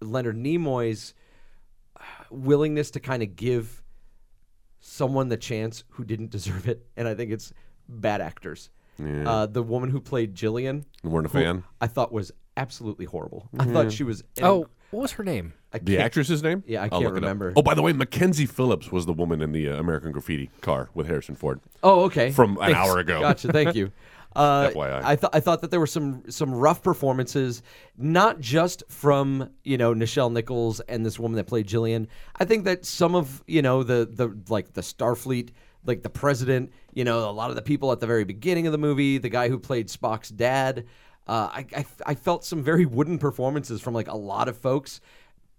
[SPEAKER 3] Leonard Nimoy's uh, willingness to kind of give someone the chance who didn't deserve it, and I think it's bad actors. Uh, the woman who played Jillian,
[SPEAKER 4] weren't a fan.
[SPEAKER 3] I thought was absolutely horrible. I thought she was.
[SPEAKER 5] Oh, what was her name?
[SPEAKER 3] I
[SPEAKER 4] The
[SPEAKER 3] can't-
[SPEAKER 4] actress's name?
[SPEAKER 3] Yeah, I
[SPEAKER 4] I'll
[SPEAKER 3] can't
[SPEAKER 4] look it up.
[SPEAKER 3] remember.
[SPEAKER 4] Oh, by the way, Mackenzie Phillips was the woman in the uh, American Graffiti car with Harrison Ford
[SPEAKER 3] Oh, okay.
[SPEAKER 4] from an hour ago.
[SPEAKER 3] Gotcha. Thank you. Uh,
[SPEAKER 4] FYI.
[SPEAKER 3] I thought I thought that there were some some rough performances, not just from you know Nichelle Nichols and this woman that played Jillian. I think that some of you know the the like the Starfleet, like the president, you know, a lot of the people at the very beginning of the movie, the guy who played Spock's dad. Uh, I, I I felt some very wooden performances from like a lot of folks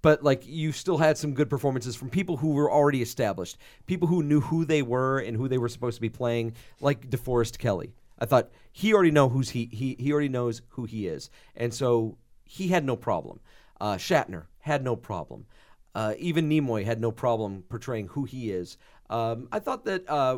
[SPEAKER 3] but like you still had some good performances from people who were already established, people who knew who they were and who they were supposed to be playing, like DeForest Kelly. I thought he already know who's he he he already knows who he is, and so he had no problem. Uh, Shatner had no problem. Uh, even Nimoy had no problem portraying who he is. Um, I thought that uh,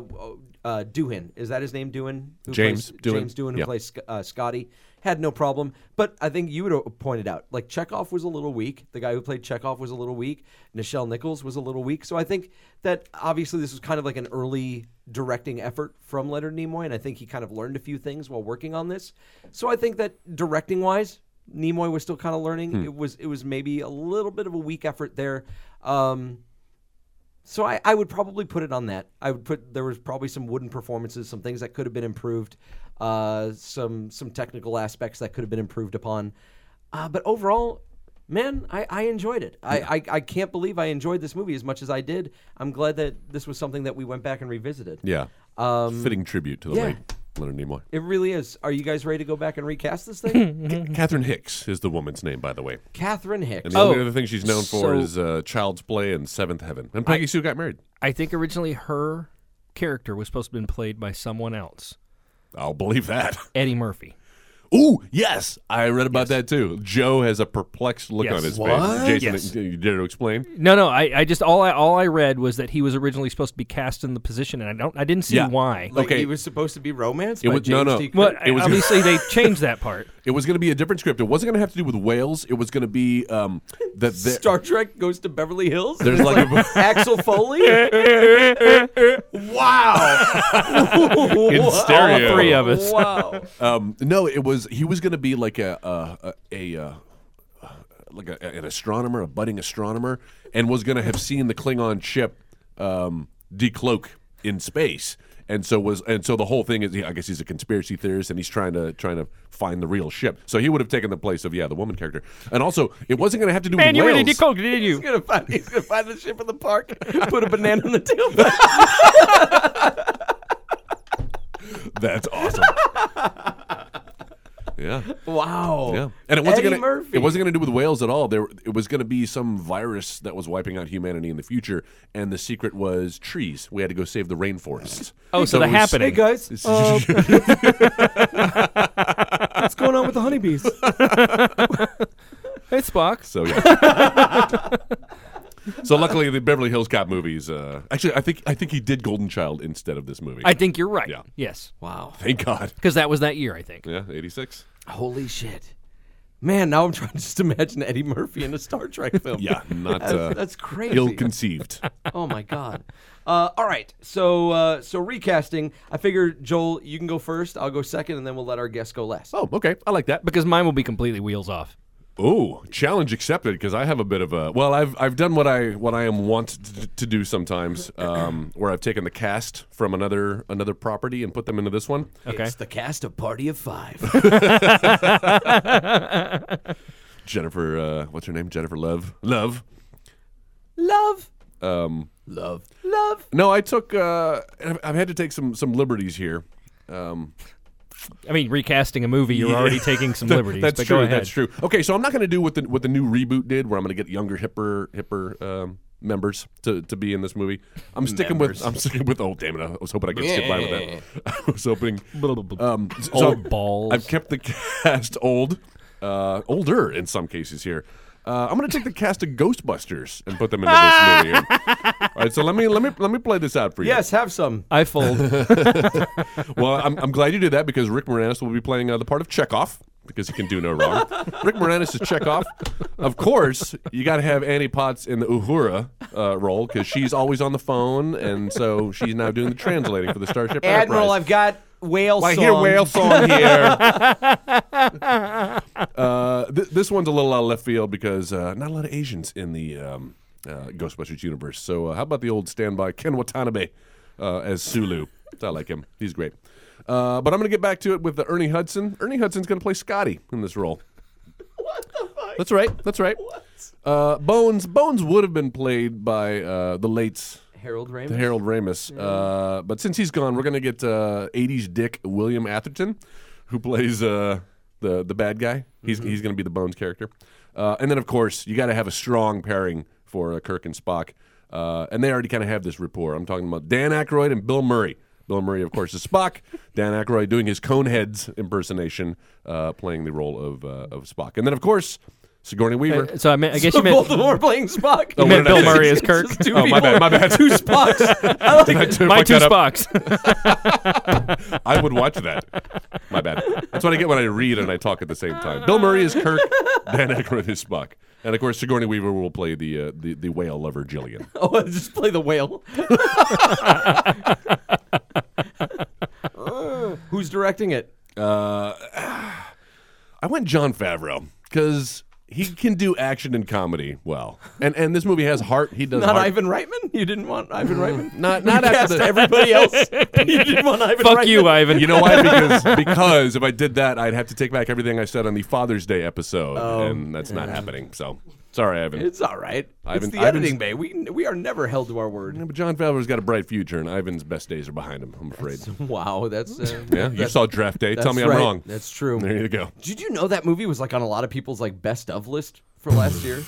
[SPEAKER 3] uh, Doohan is that his name? Doohan, Who
[SPEAKER 4] James
[SPEAKER 3] plays-
[SPEAKER 4] Doohan,
[SPEAKER 3] James Doohan, who
[SPEAKER 4] yeah.
[SPEAKER 3] plays Sc- uh, Scotty, had no problem. But I think you would have pointed out, like Chekhov was a little weak. The guy who played Chekhov was a little weak. Nichelle Nichols was a little weak. So I think that obviously this was kind of like an early directing effort from Leonard Nimoy, and I think he kind of learned a few things while working on this. So I think that directing wise, Nimoy was still kind of learning. It was it was maybe a little bit of a weak effort there. Um, So I, I would probably put it on that. I would put there was probably some wooden performances, some things that could have been improved, uh, some some technical aspects that could have been improved upon. Uh, but overall, man, I, I enjoyed it. I, I I can't believe I enjoyed this movie as much as I did. I'm glad that this was something that we went back and revisited.
[SPEAKER 4] Yeah. Um, Fitting tribute to the
[SPEAKER 3] yeah.
[SPEAKER 4] late Leonard Nimoy.
[SPEAKER 3] It really is. Are you guys ready to go back and recast this thing?
[SPEAKER 4] Catherine Hicks is the woman's name, by the way.
[SPEAKER 3] Catherine Hicks.
[SPEAKER 4] And the
[SPEAKER 5] Oh,
[SPEAKER 4] only other thing she's known for
[SPEAKER 5] so-
[SPEAKER 4] is uh, Child's Play and Seventh Heaven. And Peggy Sue got married.
[SPEAKER 5] I think originally her character was supposed to have been played by someone else,
[SPEAKER 4] I'll believe that.
[SPEAKER 5] Eddie Murphy.
[SPEAKER 4] Ooh, yes, I read about that too. Joe has a perplexed look
[SPEAKER 5] Yes.
[SPEAKER 4] on his
[SPEAKER 5] What?
[SPEAKER 4] face. Jason,
[SPEAKER 5] Yes.
[SPEAKER 4] you dare to explain?
[SPEAKER 5] No, no. I, I just all I all I read was that he was originally supposed to be cast in the position, and I don't I didn't see
[SPEAKER 4] Yeah.
[SPEAKER 5] why.
[SPEAKER 3] Like,
[SPEAKER 4] okay.
[SPEAKER 3] It was supposed to be romance.
[SPEAKER 4] It
[SPEAKER 3] by
[SPEAKER 4] was- no,
[SPEAKER 3] James
[SPEAKER 4] no.
[SPEAKER 3] T. Kirk?
[SPEAKER 5] Well,
[SPEAKER 4] It was-
[SPEAKER 5] obviously they changed that part.
[SPEAKER 4] It was going to be a different script. It wasn't going to have to do with whales. It was going to be um, that the,
[SPEAKER 3] Star Trek goes to Beverly Hills.
[SPEAKER 4] There's like a-
[SPEAKER 3] Axel Foley. wow.
[SPEAKER 4] in
[SPEAKER 5] All
[SPEAKER 4] stereo.
[SPEAKER 5] three of us.
[SPEAKER 3] Wow.
[SPEAKER 4] Um, no, it was he was going to be like a a, a, a uh, like a, an astronomer, a budding astronomer, and was going to have seen the Klingon ship um, decloak in space. And so was and so the whole thing is I guess he's a conspiracy theorist and he's trying to trying to find the real ship. So he would have taken the place of yeah the woman character. And also it wasn't going to have to do
[SPEAKER 5] Man,
[SPEAKER 4] with
[SPEAKER 5] you really
[SPEAKER 4] whales.
[SPEAKER 5] did coke, didn't
[SPEAKER 3] He's
[SPEAKER 5] you?
[SPEAKER 3] gonna find. He's gonna find the ship in the park. Put a banana in the tailpipe.
[SPEAKER 4] That's awesome. yeah.
[SPEAKER 3] Wow.
[SPEAKER 4] Yeah, and it wasn't
[SPEAKER 3] Eddie
[SPEAKER 4] gonna
[SPEAKER 3] Murphy.
[SPEAKER 4] it wasn't gonna do with whales at all. There, it was gonna be some virus that was wiping out humanity in the future, and the secret was trees. We had to go save the rainforests.
[SPEAKER 5] Oh, so, the
[SPEAKER 4] it was-
[SPEAKER 5] happening.
[SPEAKER 3] Hey guys, uh, what's going on with the honeybees?
[SPEAKER 5] Hey Spock.
[SPEAKER 4] So yeah. so luckily, the Beverly Hills Cop movies. Uh, actually, I think I think he did Golden Child instead of this movie.
[SPEAKER 5] I think you're right.
[SPEAKER 4] Yeah.
[SPEAKER 5] Yes,
[SPEAKER 3] Wow.
[SPEAKER 4] Thank God.
[SPEAKER 5] because that was that year. I think.
[SPEAKER 4] Yeah, eighty six.
[SPEAKER 3] Holy shit. Man, now I'm trying to just imagine Eddie Murphy in a Star Trek film.
[SPEAKER 4] Yeah, not
[SPEAKER 3] That's-
[SPEAKER 4] uh,
[SPEAKER 3] that's crazy.
[SPEAKER 4] Ill conceived.
[SPEAKER 3] Oh my god. Uh, all right. So uh, so recasting. I figure Joel, you can go first. I'll go second, and then we'll let our guests go last.
[SPEAKER 4] oh, okay, I like that.
[SPEAKER 5] Because mine will be completely wheels off.
[SPEAKER 4] Oh, challenge accepted because I have a bit of a well, I've I've done what I what I am wont to, to do sometimes, um, where I've taken the cast from another another property and put them into this one.
[SPEAKER 5] Okay.
[SPEAKER 3] It's the cast of Party of Five.
[SPEAKER 4] Jennifer, uh, what's her name? Jennifer Love. Love.
[SPEAKER 3] Love.
[SPEAKER 4] Um,
[SPEAKER 3] Love. Love.
[SPEAKER 4] no, I took. Uh, I've, I've had to take some some liberties here. Um,
[SPEAKER 5] I mean, recasting a movie, you're already taking some liberties.
[SPEAKER 4] that's
[SPEAKER 5] but
[SPEAKER 4] true.
[SPEAKER 5] Go ahead.
[SPEAKER 4] That's true. Okay, so I'm not going to do what the what the new reboot did, where I'm going to get younger, hipper, hipper. Um, Members to, to be in this movie. I'm sticking with I'm sticking with. Oh damn it! I was hoping I could skip by with that. I was hoping Um, s- so
[SPEAKER 5] Old balls.
[SPEAKER 4] I've kept the cast old, uh, older in some cases here. Uh, I'm going to take the cast of Ghostbusters and put them into this movie. here. All right, so let me let me let me play this out for you.
[SPEAKER 3] Yes, have some.
[SPEAKER 5] I fold.
[SPEAKER 4] Well, I'm, I'm glad you did that because Rick Moranis will be playing uh, the part of Chekhov because he can do no wrong. Rick Moranis is Chekhov. Of course, you got to have Annie Potts in the Uhura uh, role because she's always on the phone, and so she's now doing the translating for the Starship
[SPEAKER 3] Admiral,
[SPEAKER 4] Enterprise.
[SPEAKER 3] I've got whale
[SPEAKER 4] I
[SPEAKER 3] song.
[SPEAKER 4] hear whale song here. uh, th- this one's a little out of left field because uh, not a lot of Asians in the um, uh, Ghostbusters universe. So uh, how about the old standby Ken Watanabe uh, as Sulu? I like him. He's great. Uh, but I'm going to get back to it with the Ernie Hudson. Ernie Hudson's going to play Scotty in this role. That's right. That's right. Uh, Bones Bones would have been played by uh, the late
[SPEAKER 3] Harold Ramis.
[SPEAKER 4] the Harold Ramis. Uh, but since he's gone, we're gonna get uh, '80s Dick William Atherton, who plays uh, the the bad guy. He's
[SPEAKER 5] Mm-hmm.
[SPEAKER 4] he's gonna be the Bones character. Uh, and then of course you got to have a strong pairing for uh, Kirk and Spock, uh, and they already kind of have this rapport. I'm talking about Dan Aykroyd and Bill Murray. Bill Murray, of course, is Spock. Dan Aykroyd doing his Coneheads impersonation, uh, playing the role of uh, of Spock. And then of course Sigourney Weaver.
[SPEAKER 5] so I, meant, I guess
[SPEAKER 3] So
[SPEAKER 5] you meant
[SPEAKER 3] Baltimore playing Spock.
[SPEAKER 5] You meant
[SPEAKER 4] did I
[SPEAKER 5] Bill
[SPEAKER 4] say?
[SPEAKER 5] Murray as
[SPEAKER 3] It's
[SPEAKER 5] Kirk.
[SPEAKER 3] just two
[SPEAKER 4] Oh,
[SPEAKER 3] people.
[SPEAKER 4] my bad, my bad.
[SPEAKER 3] Two Spocks. I like it.
[SPEAKER 5] My two
[SPEAKER 4] Fuck that up.
[SPEAKER 5] Spocks.
[SPEAKER 4] I would watch that. My bad. That's what I get when I read and I talk at the same time. Bill Murray is Kirk, Dan Aykroyd is Spock, and of course Sigourney Weaver will play the uh, the, the whale lover Jillian.
[SPEAKER 3] Oh, just play the whale. Uh, who's directing it?
[SPEAKER 4] I went John Favreau because he can do action and comedy well, and and this movie has heart. He does
[SPEAKER 3] Not
[SPEAKER 4] heart.
[SPEAKER 3] Ivan Reitman? You didn't want Ivan Reitman?
[SPEAKER 4] Mm, Not not
[SPEAKER 3] you
[SPEAKER 4] after
[SPEAKER 3] cast
[SPEAKER 4] the,
[SPEAKER 3] everybody else. you didn't want Ivan
[SPEAKER 5] Fuck
[SPEAKER 3] Reitman.
[SPEAKER 5] you, Ivan.
[SPEAKER 4] You uh, know why? Because because if I did that, I'd have to take back everything I said on the Father's Day episode, and that's not happening. So sorry, Ivan.
[SPEAKER 3] Oh, It's all right.
[SPEAKER 4] Ivan-
[SPEAKER 3] it's the
[SPEAKER 4] Ivan's-
[SPEAKER 3] editing bay. We we are never held to our word.
[SPEAKER 4] Yeah, but John Favreau's got a bright future, and Ivan's best days are behind him. I'm afraid.
[SPEAKER 3] Wow, that's uh,
[SPEAKER 4] Mm. Yeah, you saw Draft Day. Tell
[SPEAKER 3] that's
[SPEAKER 4] me I'm
[SPEAKER 3] right.
[SPEAKER 4] wrong.
[SPEAKER 3] That's true.
[SPEAKER 4] There you go.
[SPEAKER 3] Did you know that movie was like on a lot of people's like best of list for last year?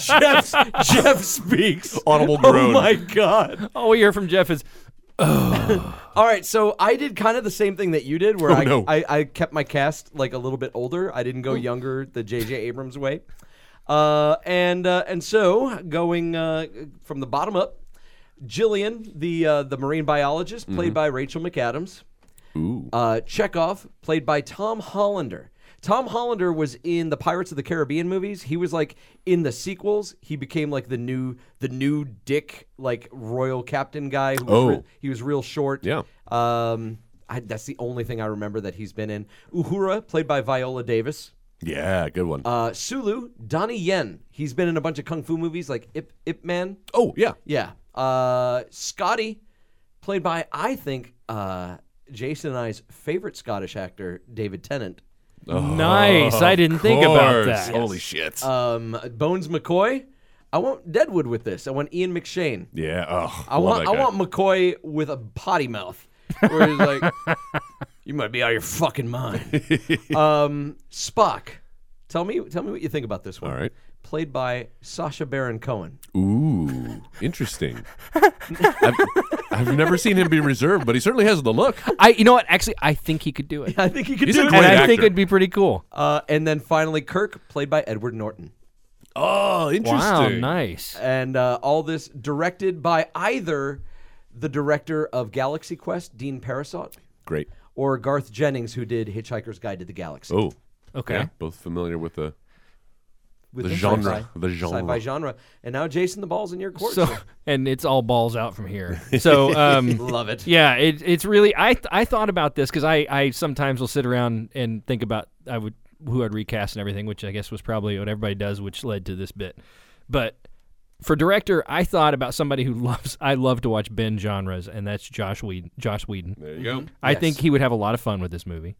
[SPEAKER 3] Jeff, Jeff speaks.
[SPEAKER 4] Audible
[SPEAKER 3] Oh
[SPEAKER 4] groan.
[SPEAKER 3] my god!
[SPEAKER 5] All we hear from Jeff is
[SPEAKER 3] All right, so I did kind of the same thing that you did, where
[SPEAKER 4] Oh,
[SPEAKER 3] I,
[SPEAKER 4] no. Oh.
[SPEAKER 3] I I kept my cast like a little bit older. I didn't go younger the J.J. Abrams way, uh, and uh, and so going uh, from the bottom up, Jillian, the uh, the marine biologist,
[SPEAKER 4] Mm-hmm.
[SPEAKER 3] played by Rachel McAdams.
[SPEAKER 4] Ooh.
[SPEAKER 3] Uh, Chekhov, played by Tom Hollander. Tom Hollander was in the Pirates of the Caribbean movies. He was like in the sequels. He became like the new, the new Dick, like royal captain guy. Who was
[SPEAKER 4] Oh.
[SPEAKER 3] re- he was real short.
[SPEAKER 4] Yeah.
[SPEAKER 3] Um, I, that's the only thing I remember that he's been in. Uhura, played by Viola Davis.
[SPEAKER 4] Yeah, good one.
[SPEAKER 3] Uh, Sulu, Donnie Yen. He's been in a bunch of kung fu movies like Ip Ip Man.
[SPEAKER 4] oh yeah.
[SPEAKER 3] Yeah. Uh, Scotty, played by, I think, uh, Jason and I's favorite Scottish actor, David Tennant.
[SPEAKER 5] nice. I didn't think about
[SPEAKER 4] Oh, Course.
[SPEAKER 5] that.
[SPEAKER 4] Holy shit.
[SPEAKER 3] Um, Bones McCoy. I want Deadwood with this. I want Ian McShane.
[SPEAKER 4] yeah. Oh,
[SPEAKER 3] I want I want McCoy with a potty mouth. Where he's like, you might be out of your fucking mind. um, Spock. Tell me tell me what you think about this one.
[SPEAKER 4] All right.
[SPEAKER 3] Played by Sasha Baron Cohen.
[SPEAKER 4] Ooh, interesting. I've, I've never seen him be reserved, but he certainly has the look.
[SPEAKER 5] I, you know what? Actually, I think he could do it,
[SPEAKER 3] I think he could
[SPEAKER 4] He's
[SPEAKER 3] do
[SPEAKER 4] a
[SPEAKER 3] it.
[SPEAKER 4] great
[SPEAKER 5] and I
[SPEAKER 4] actor.
[SPEAKER 5] think it'd be pretty cool.
[SPEAKER 3] Uh, and then finally Kirk, played by Edward Norton.
[SPEAKER 4] Oh, interesting.
[SPEAKER 5] Wow, nice.
[SPEAKER 3] and uh, all this directed by either the director of Galaxy Quest, Dean Parasot,
[SPEAKER 4] Great.
[SPEAKER 3] or Garth Jennings, who did Hitchhiker's Guide to the Galaxy.
[SPEAKER 4] Oh,
[SPEAKER 5] Okay.
[SPEAKER 4] yeah, both familiar with the
[SPEAKER 3] with
[SPEAKER 4] the
[SPEAKER 3] the
[SPEAKER 4] genre,
[SPEAKER 3] sci-fi-
[SPEAKER 4] the genre.
[SPEAKER 3] sci-fi genre. And now Jason, the ball's in your court.
[SPEAKER 5] So,
[SPEAKER 3] sir.
[SPEAKER 5] and it's all balls out from here. So, um,
[SPEAKER 3] love it.
[SPEAKER 5] yeah, it, it's really. I th- I thought about this because I I sometimes will sit around and think about I would who I'd recast and everything, which I guess was probably what everybody does, which led to this bit. But for director, I thought about somebody who loves. I love to watch Ben genres, and that's Josh Whedon. Josh Whedon.
[SPEAKER 4] there you go.
[SPEAKER 5] I
[SPEAKER 3] Yes.
[SPEAKER 5] think he would have a lot of fun with this movie.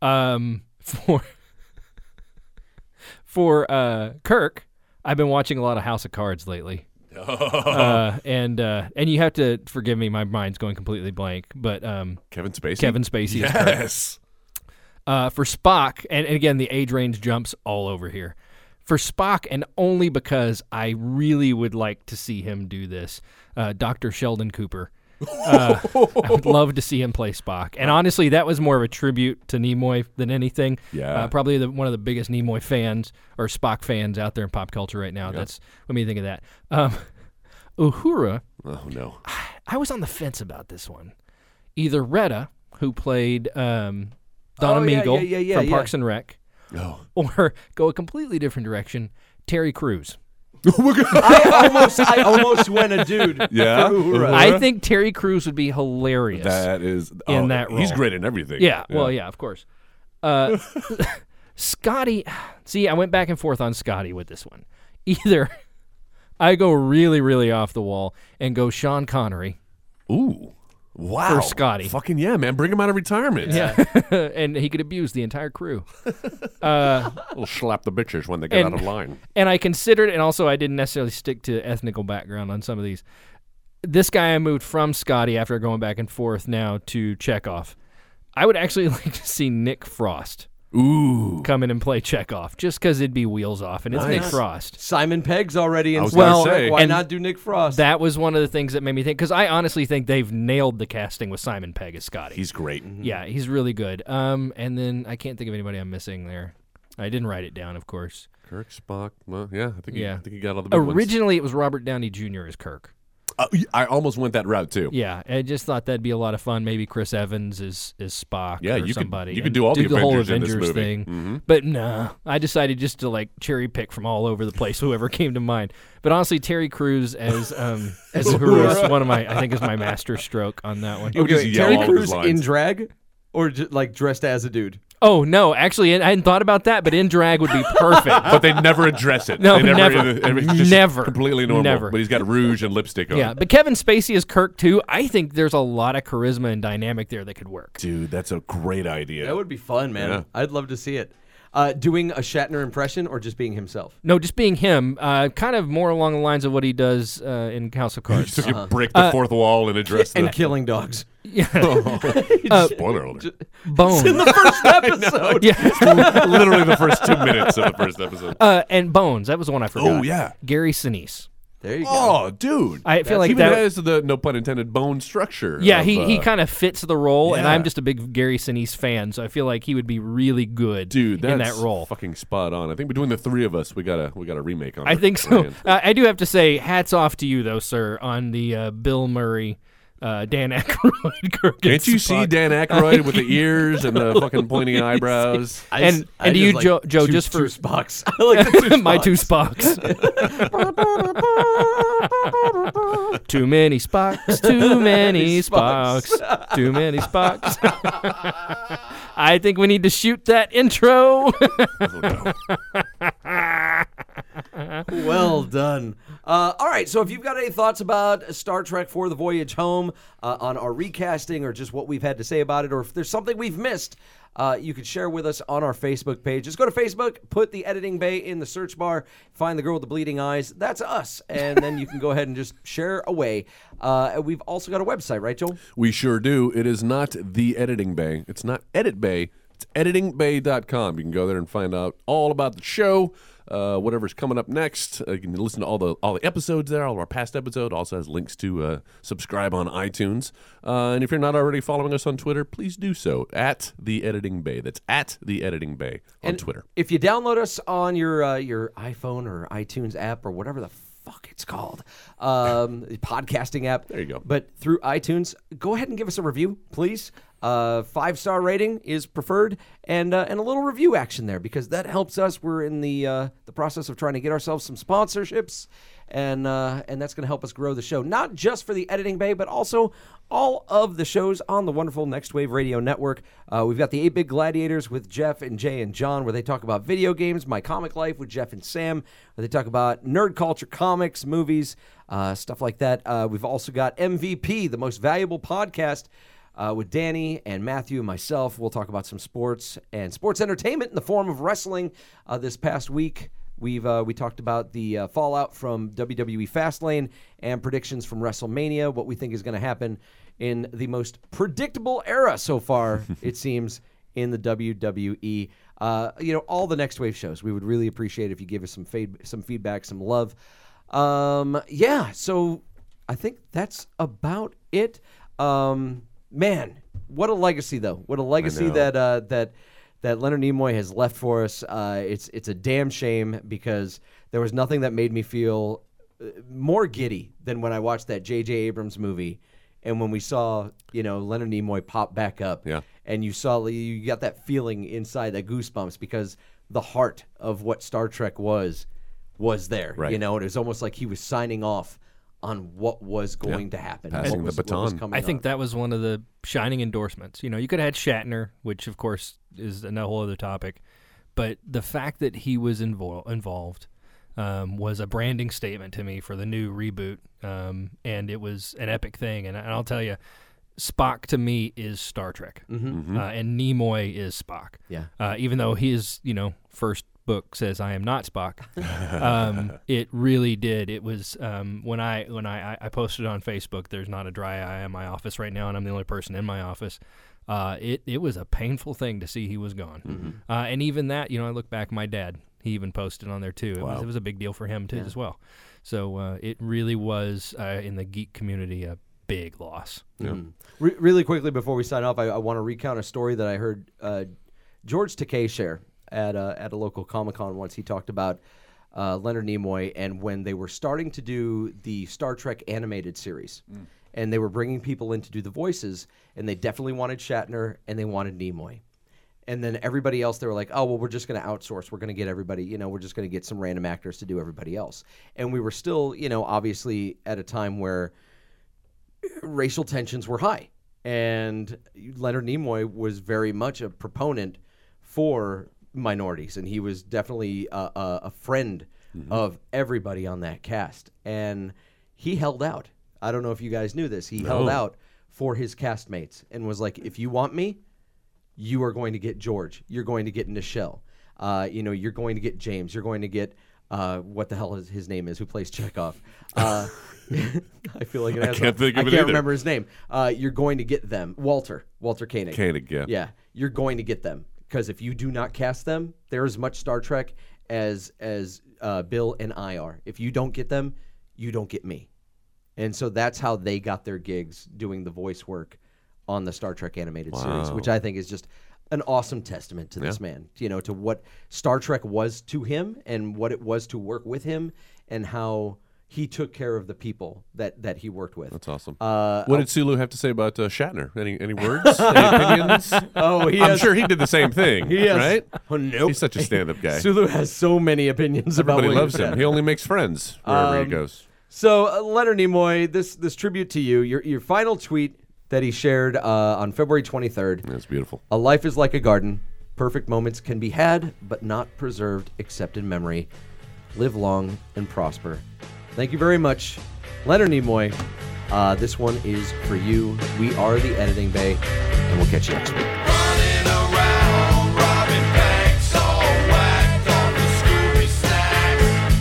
[SPEAKER 5] Um, for for uh, Kirk, I've been watching a lot of House of Cards lately. uh, and uh, and you have to forgive me, my mind's going completely blank. But um,
[SPEAKER 4] Kevin Spacey.
[SPEAKER 5] Kevin Spacey is Kirk.
[SPEAKER 4] Yes.
[SPEAKER 5] Uh, for Spock, and, and again, the age range jumps all over here. For Spock, and only because I really would like to see him do this, uh, Dr. Sheldon Cooper. Uh, I would love to see him play Spock. And honestly, that was more of a tribute to Nimoy than anything.
[SPEAKER 4] Yeah.
[SPEAKER 5] Uh, probably the, one of the biggest Nimoy fans or Spock fans out there in pop culture right now. That's what made me think of that. Um, Uhura.
[SPEAKER 4] Oh no.
[SPEAKER 5] I was on the fence about this one. Either Retta, who played um, Donna
[SPEAKER 3] Oh, yeah,
[SPEAKER 5] Meagle
[SPEAKER 3] yeah, yeah, yeah,
[SPEAKER 5] from
[SPEAKER 3] yeah.
[SPEAKER 5] Parks and Rec,
[SPEAKER 4] No.
[SPEAKER 5] or go a completely different direction, Terry Crews.
[SPEAKER 3] I almost, I almost went a dude.
[SPEAKER 4] Yeah. Uh-huh.
[SPEAKER 3] Uhura.
[SPEAKER 5] I think Terry Crews would be hilarious.
[SPEAKER 4] That is oh,
[SPEAKER 5] In that
[SPEAKER 4] He's
[SPEAKER 5] role.
[SPEAKER 4] great in everything.
[SPEAKER 5] yeah, well, yeah, of course. Uh, Scotty, see, I went back and forth on Scotty with this one. Either I go really, really off the wall and go Sean Connery.
[SPEAKER 4] Ooh. Wow.
[SPEAKER 5] For Scotty.
[SPEAKER 4] Fucking yeah, man. Bring him out of retirement. Yeah.
[SPEAKER 5] and he could abuse the entire crew.
[SPEAKER 4] We'll slap the bitches when they get
[SPEAKER 5] And-
[SPEAKER 4] out of line.
[SPEAKER 5] and I considered, and also I didn't necessarily stick to ethnical background on some of these. This guy I moved from Scotty after going back and forth now to Chekhov. I would actually like to see Nick Frost
[SPEAKER 4] Ooh.
[SPEAKER 5] come in and play Chekhov, just because it'd be wheels off, and it's Nick Frost.
[SPEAKER 3] Simon Pegg's already in.
[SPEAKER 4] was
[SPEAKER 3] Star
[SPEAKER 4] gonna
[SPEAKER 3] Trek.
[SPEAKER 4] say.
[SPEAKER 3] why
[SPEAKER 5] and
[SPEAKER 3] not do Nick Frost?
[SPEAKER 5] That was one of the things that made me think, because I honestly think they've nailed the casting with Simon Pegg as Scotty.
[SPEAKER 4] He's great.
[SPEAKER 5] yeah, he's really good. Um, and then I can't think of anybody I'm missing there. I didn't write it down, of course.
[SPEAKER 4] Kirk Spock. Well, yeah, I think he,
[SPEAKER 5] Yeah.
[SPEAKER 4] I think he got all the big ones.
[SPEAKER 5] Originally, it was Robert Downey Jr. as Kirk.
[SPEAKER 4] Uh, y- I almost went that route too.
[SPEAKER 5] Yeah, I just thought that'd be a lot of fun. Maybe Chris Evans is is Spock.
[SPEAKER 4] Yeah,
[SPEAKER 5] or
[SPEAKER 4] you could-
[SPEAKER 5] somebody.
[SPEAKER 4] you could
[SPEAKER 5] and
[SPEAKER 4] do all the
[SPEAKER 5] whole
[SPEAKER 4] Avengers in this
[SPEAKER 5] Avengers
[SPEAKER 4] movie. Mm-hmm.
[SPEAKER 5] thing. But nah, I decided just to like cherry pick from all over the place, whoever came to mind. But honestly, Terry Crews as um as Uhura is one of my I think is my master stroke on that one.
[SPEAKER 4] You would
[SPEAKER 3] Okay,
[SPEAKER 4] just
[SPEAKER 3] wait,
[SPEAKER 4] yell
[SPEAKER 3] Terry
[SPEAKER 4] all of his
[SPEAKER 3] Crews in
[SPEAKER 4] lines.
[SPEAKER 3] drag, or ju- like dressed as a dude?
[SPEAKER 5] Oh no, actually, I hadn't thought about that, but in drag would be perfect.
[SPEAKER 4] But they never address it.
[SPEAKER 5] No,
[SPEAKER 4] they
[SPEAKER 5] never.
[SPEAKER 4] it's just
[SPEAKER 5] Never.
[SPEAKER 4] Completely normal.
[SPEAKER 5] Never.
[SPEAKER 4] But he's got rouge and lipstick on.
[SPEAKER 5] yeah, but Kevin Spacey as Kirk too. I think there's a lot of charisma and dynamic there that could work.
[SPEAKER 4] Dude, that's a great idea.
[SPEAKER 3] That would be fun, man. I'd love to see it. Uh, doing a Shatner impression or just being himself?
[SPEAKER 5] No, just being him, uh, kind of more along the lines of what he does uh, in House
[SPEAKER 4] you
[SPEAKER 5] of Cards.
[SPEAKER 4] just
[SPEAKER 3] Uh-huh.
[SPEAKER 4] could break
[SPEAKER 5] Uh,
[SPEAKER 4] the fourth wall and address
[SPEAKER 3] And
[SPEAKER 4] that.
[SPEAKER 3] killing dogs.
[SPEAKER 5] uh,
[SPEAKER 4] Spoiler alert.
[SPEAKER 5] Bones.
[SPEAKER 3] In the first episode.
[SPEAKER 5] yeah,
[SPEAKER 4] Literally the first two minutes of the first episode.
[SPEAKER 5] uh, and Bones. That was the one I forgot.
[SPEAKER 4] Oh, yeah.
[SPEAKER 5] Gary Sinise.
[SPEAKER 3] There you go.
[SPEAKER 4] Oh, dude.
[SPEAKER 5] I feel like
[SPEAKER 4] Even
[SPEAKER 5] that-
[SPEAKER 4] has the no pun intended bone structure.
[SPEAKER 5] Yeah,
[SPEAKER 4] of,
[SPEAKER 5] he, he
[SPEAKER 4] uh,
[SPEAKER 5] kind of fits the role, and
[SPEAKER 4] yeah.
[SPEAKER 5] I'm just a big Gary Sinise fan, so I feel like he would be really good
[SPEAKER 4] dude that's
[SPEAKER 5] in that role.
[SPEAKER 4] Fucking spot on. I think between the three of us, we got a we got a remake on.
[SPEAKER 5] I
[SPEAKER 4] our
[SPEAKER 5] think so.
[SPEAKER 4] hands.
[SPEAKER 5] Uh, I do have to say, hats off to you though, sir, on the uh, Bill Murray, uh, Dan Aykroyd. Kirk and
[SPEAKER 4] Can't you see
[SPEAKER 5] Spock.
[SPEAKER 4] Dan Aykroyd with the ears and the fucking pointy eyebrows?
[SPEAKER 3] I
[SPEAKER 5] and
[SPEAKER 3] just- I
[SPEAKER 5] and do
[SPEAKER 3] just
[SPEAKER 5] you,
[SPEAKER 3] like
[SPEAKER 5] Joe, Joe
[SPEAKER 3] two-
[SPEAKER 5] just for
[SPEAKER 3] two Spocks. I like the two
[SPEAKER 5] my two
[SPEAKER 3] Spocks.
[SPEAKER 5] Spocks. too many Spocks. Too many Spocks. Too many Spocks. I think we need to shoot that intro.
[SPEAKER 3] Well done. Uh, all right, so if you've got any thoughts about Star Trek for the Voyage Home uh, on our recasting or just what we've had to say about it, or if there's something we've missed, uh, you can share with us on our Facebook page. Just go to Facebook, put the editing bay in the search bar, find the girl with the bleeding eyes. That's us. And then you can go ahead and just share away. Uh, and we've also got a website, right, Joel?
[SPEAKER 4] We sure do. It is not the editing bay. It's not edit bay. It's editingbay.com. You can go there and find out all about the show, uh, whatever's coming up next. Uh, you can listen to all the all the episodes there, all of our past episode. Also has links to uh, subscribe on iTunes. Uh, and if you're not already following us on Twitter, please do so at the editing bay. That's at the editing bay on
[SPEAKER 3] And
[SPEAKER 4] Twitter.
[SPEAKER 3] If you download us on your uh, your iPhone or iTunes app or whatever the fuck it's called, um, the podcasting app. There
[SPEAKER 4] you go.
[SPEAKER 3] But through iTunes, go ahead and give us a review, please. Uh, five star rating is preferred, and uh, and a little review action there because that helps us. We're in the uh, the process of trying to get ourselves some sponsorships, and uh, and that's going to help us grow the show, not just for the editing bay, but also all of the shows on the wonderful Next Wave Radio Network. Uh, we've got the Eight Big Gladiators with Jeff and Jay and John, where they talk about video games. My Comic Life with Jeff and Sam, where they talk about nerd culture, comics, movies, uh, stuff like that. Uh, we've also got MVP, the most valuable podcast. Uh, with Danny and Matthew and myself, we'll talk about some sports and sports entertainment in the form of wrestling. Uh, this past week, We've uh, we talked about the uh, fallout from WWE Fastlane and predictions from WrestleMania, what we think is going to happen in the most predictable era so far, it seems, in the WWE. Uh, you know, all the next wave shows. We would really appreciate if you give us some fade, some feedback, some love. Um, yeah, so I think that's about it. Um, man, what a legacy though! What a legacy that uh, that that Leonard Nimoy has left for us. Uh, it's it's a damn shame because there was nothing that made me feel uh, more giddy than when I watched that J.J. Abrams movie, and when we saw you know Leonard Nimoy pop back up.
[SPEAKER 4] Yeah.
[SPEAKER 3] And you saw you got that feeling inside that goosebumps because the heart of what Star Trek was was there.
[SPEAKER 4] Right.
[SPEAKER 3] You know, and it was almost like he was signing off on what was going to happen.
[SPEAKER 4] Passing
[SPEAKER 3] what
[SPEAKER 4] the
[SPEAKER 3] was, what
[SPEAKER 4] baton.
[SPEAKER 3] was coming
[SPEAKER 5] I think
[SPEAKER 3] on.
[SPEAKER 5] that was one of the shining endorsements. You know, you could have had Shatner, which of course is a whole other topic, but the fact that he was invol- involved um, was a branding statement to me for the new reboot, um, and it was an epic thing. And, I- and I'll tell you, Spock to me is Star Trek, uh, and Nimoy is Spock.
[SPEAKER 3] Yeah.
[SPEAKER 5] uh, even though his you know first book says I am not Spock, um, it really did. It was um, when I when I, I- I posted on Facebook. There's not a dry eye in my office right now, and I'm the only person in my office. Uh, it it was a painful thing to see he was gone, uh, and even that you know I look back. My dad he even posted on there too. It, was, it was a big deal for him too as well. So uh, it really was uh, in the geek community a big loss.
[SPEAKER 3] Um, Re- really quickly before we sign off, I, I want to recount a story that I heard uh, George Takei share at a, at a local Comic Con once. He talked about uh, Leonard Nimoy and when they were starting to do the Star Trek animated series, and they were bringing people in to do the voices, and they definitely wanted Shatner and they wanted Nimoy. And then everybody else, they were like, oh, well, we're just going to outsource. We're going to get everybody, you know, we're just going to get some random actors to do everybody else. And we were still, you know, obviously at a time where racial tensions were high. And Leonard Nimoy was very much a proponent for minorities, and he was definitely a, a, a friend of everybody on that cast. And he held out. I don't know if you guys knew this. He held out for his castmates and was like, "If you want me, you are going to get George. You're going to get Nichelle. Uh, you know, you're going to get James. You're going to get uh, what the hell is his name is who plays Chekhov. Uh, I feel like an asshole.
[SPEAKER 4] can't think of
[SPEAKER 3] I
[SPEAKER 4] it
[SPEAKER 3] can't
[SPEAKER 4] either.
[SPEAKER 3] remember his name. Uh, you're going to get them, Walter, Walter Koenig.
[SPEAKER 4] Koenig, yeah.
[SPEAKER 3] yeah. You're going to get them because if you do not cast them, they're as much Star Trek as as uh, Bill and I are. If you don't get them, you don't get me. And so that's how they got their gigs doing the voice work on the Star Trek animated series, which I think is just an awesome testament to this man, you know, to what Star Trek was to him and what it was to work with him and how he took care of the people that that he worked with.
[SPEAKER 4] That's awesome.
[SPEAKER 3] oh.
[SPEAKER 4] what did Sulu have to say about uh, Shatner? Any any words? any opinions?
[SPEAKER 3] Oh, he
[SPEAKER 4] I'm
[SPEAKER 3] has-
[SPEAKER 4] sure he did the same thing,
[SPEAKER 3] He has-
[SPEAKER 4] right?
[SPEAKER 3] Oh, nope.
[SPEAKER 4] He's such a stand-up guy.
[SPEAKER 3] Sulu has so many opinions about
[SPEAKER 4] Everybody
[SPEAKER 3] William
[SPEAKER 4] loves him.
[SPEAKER 3] Shatner.
[SPEAKER 4] He only makes friends wherever he goes.
[SPEAKER 3] So, uh, Leonard Nimoy, this this tribute to you, your your final tweet that he shared uh, on February 23rd.
[SPEAKER 4] That's beautiful.
[SPEAKER 3] A life is like a garden. Perfect moments can be had, but not preserved except in memory. Live long and prosper. Thank you very much, Leonard Nimoy. Uh, this one is for you. We are the Editing Bay, and we'll catch you next week.
[SPEAKER 6] Running around, robbing banks, all whacked on the Scooby Snacks.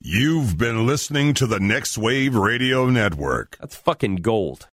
[SPEAKER 1] You've been listening to the Next Wave Radio Network.
[SPEAKER 7] That's fucking gold.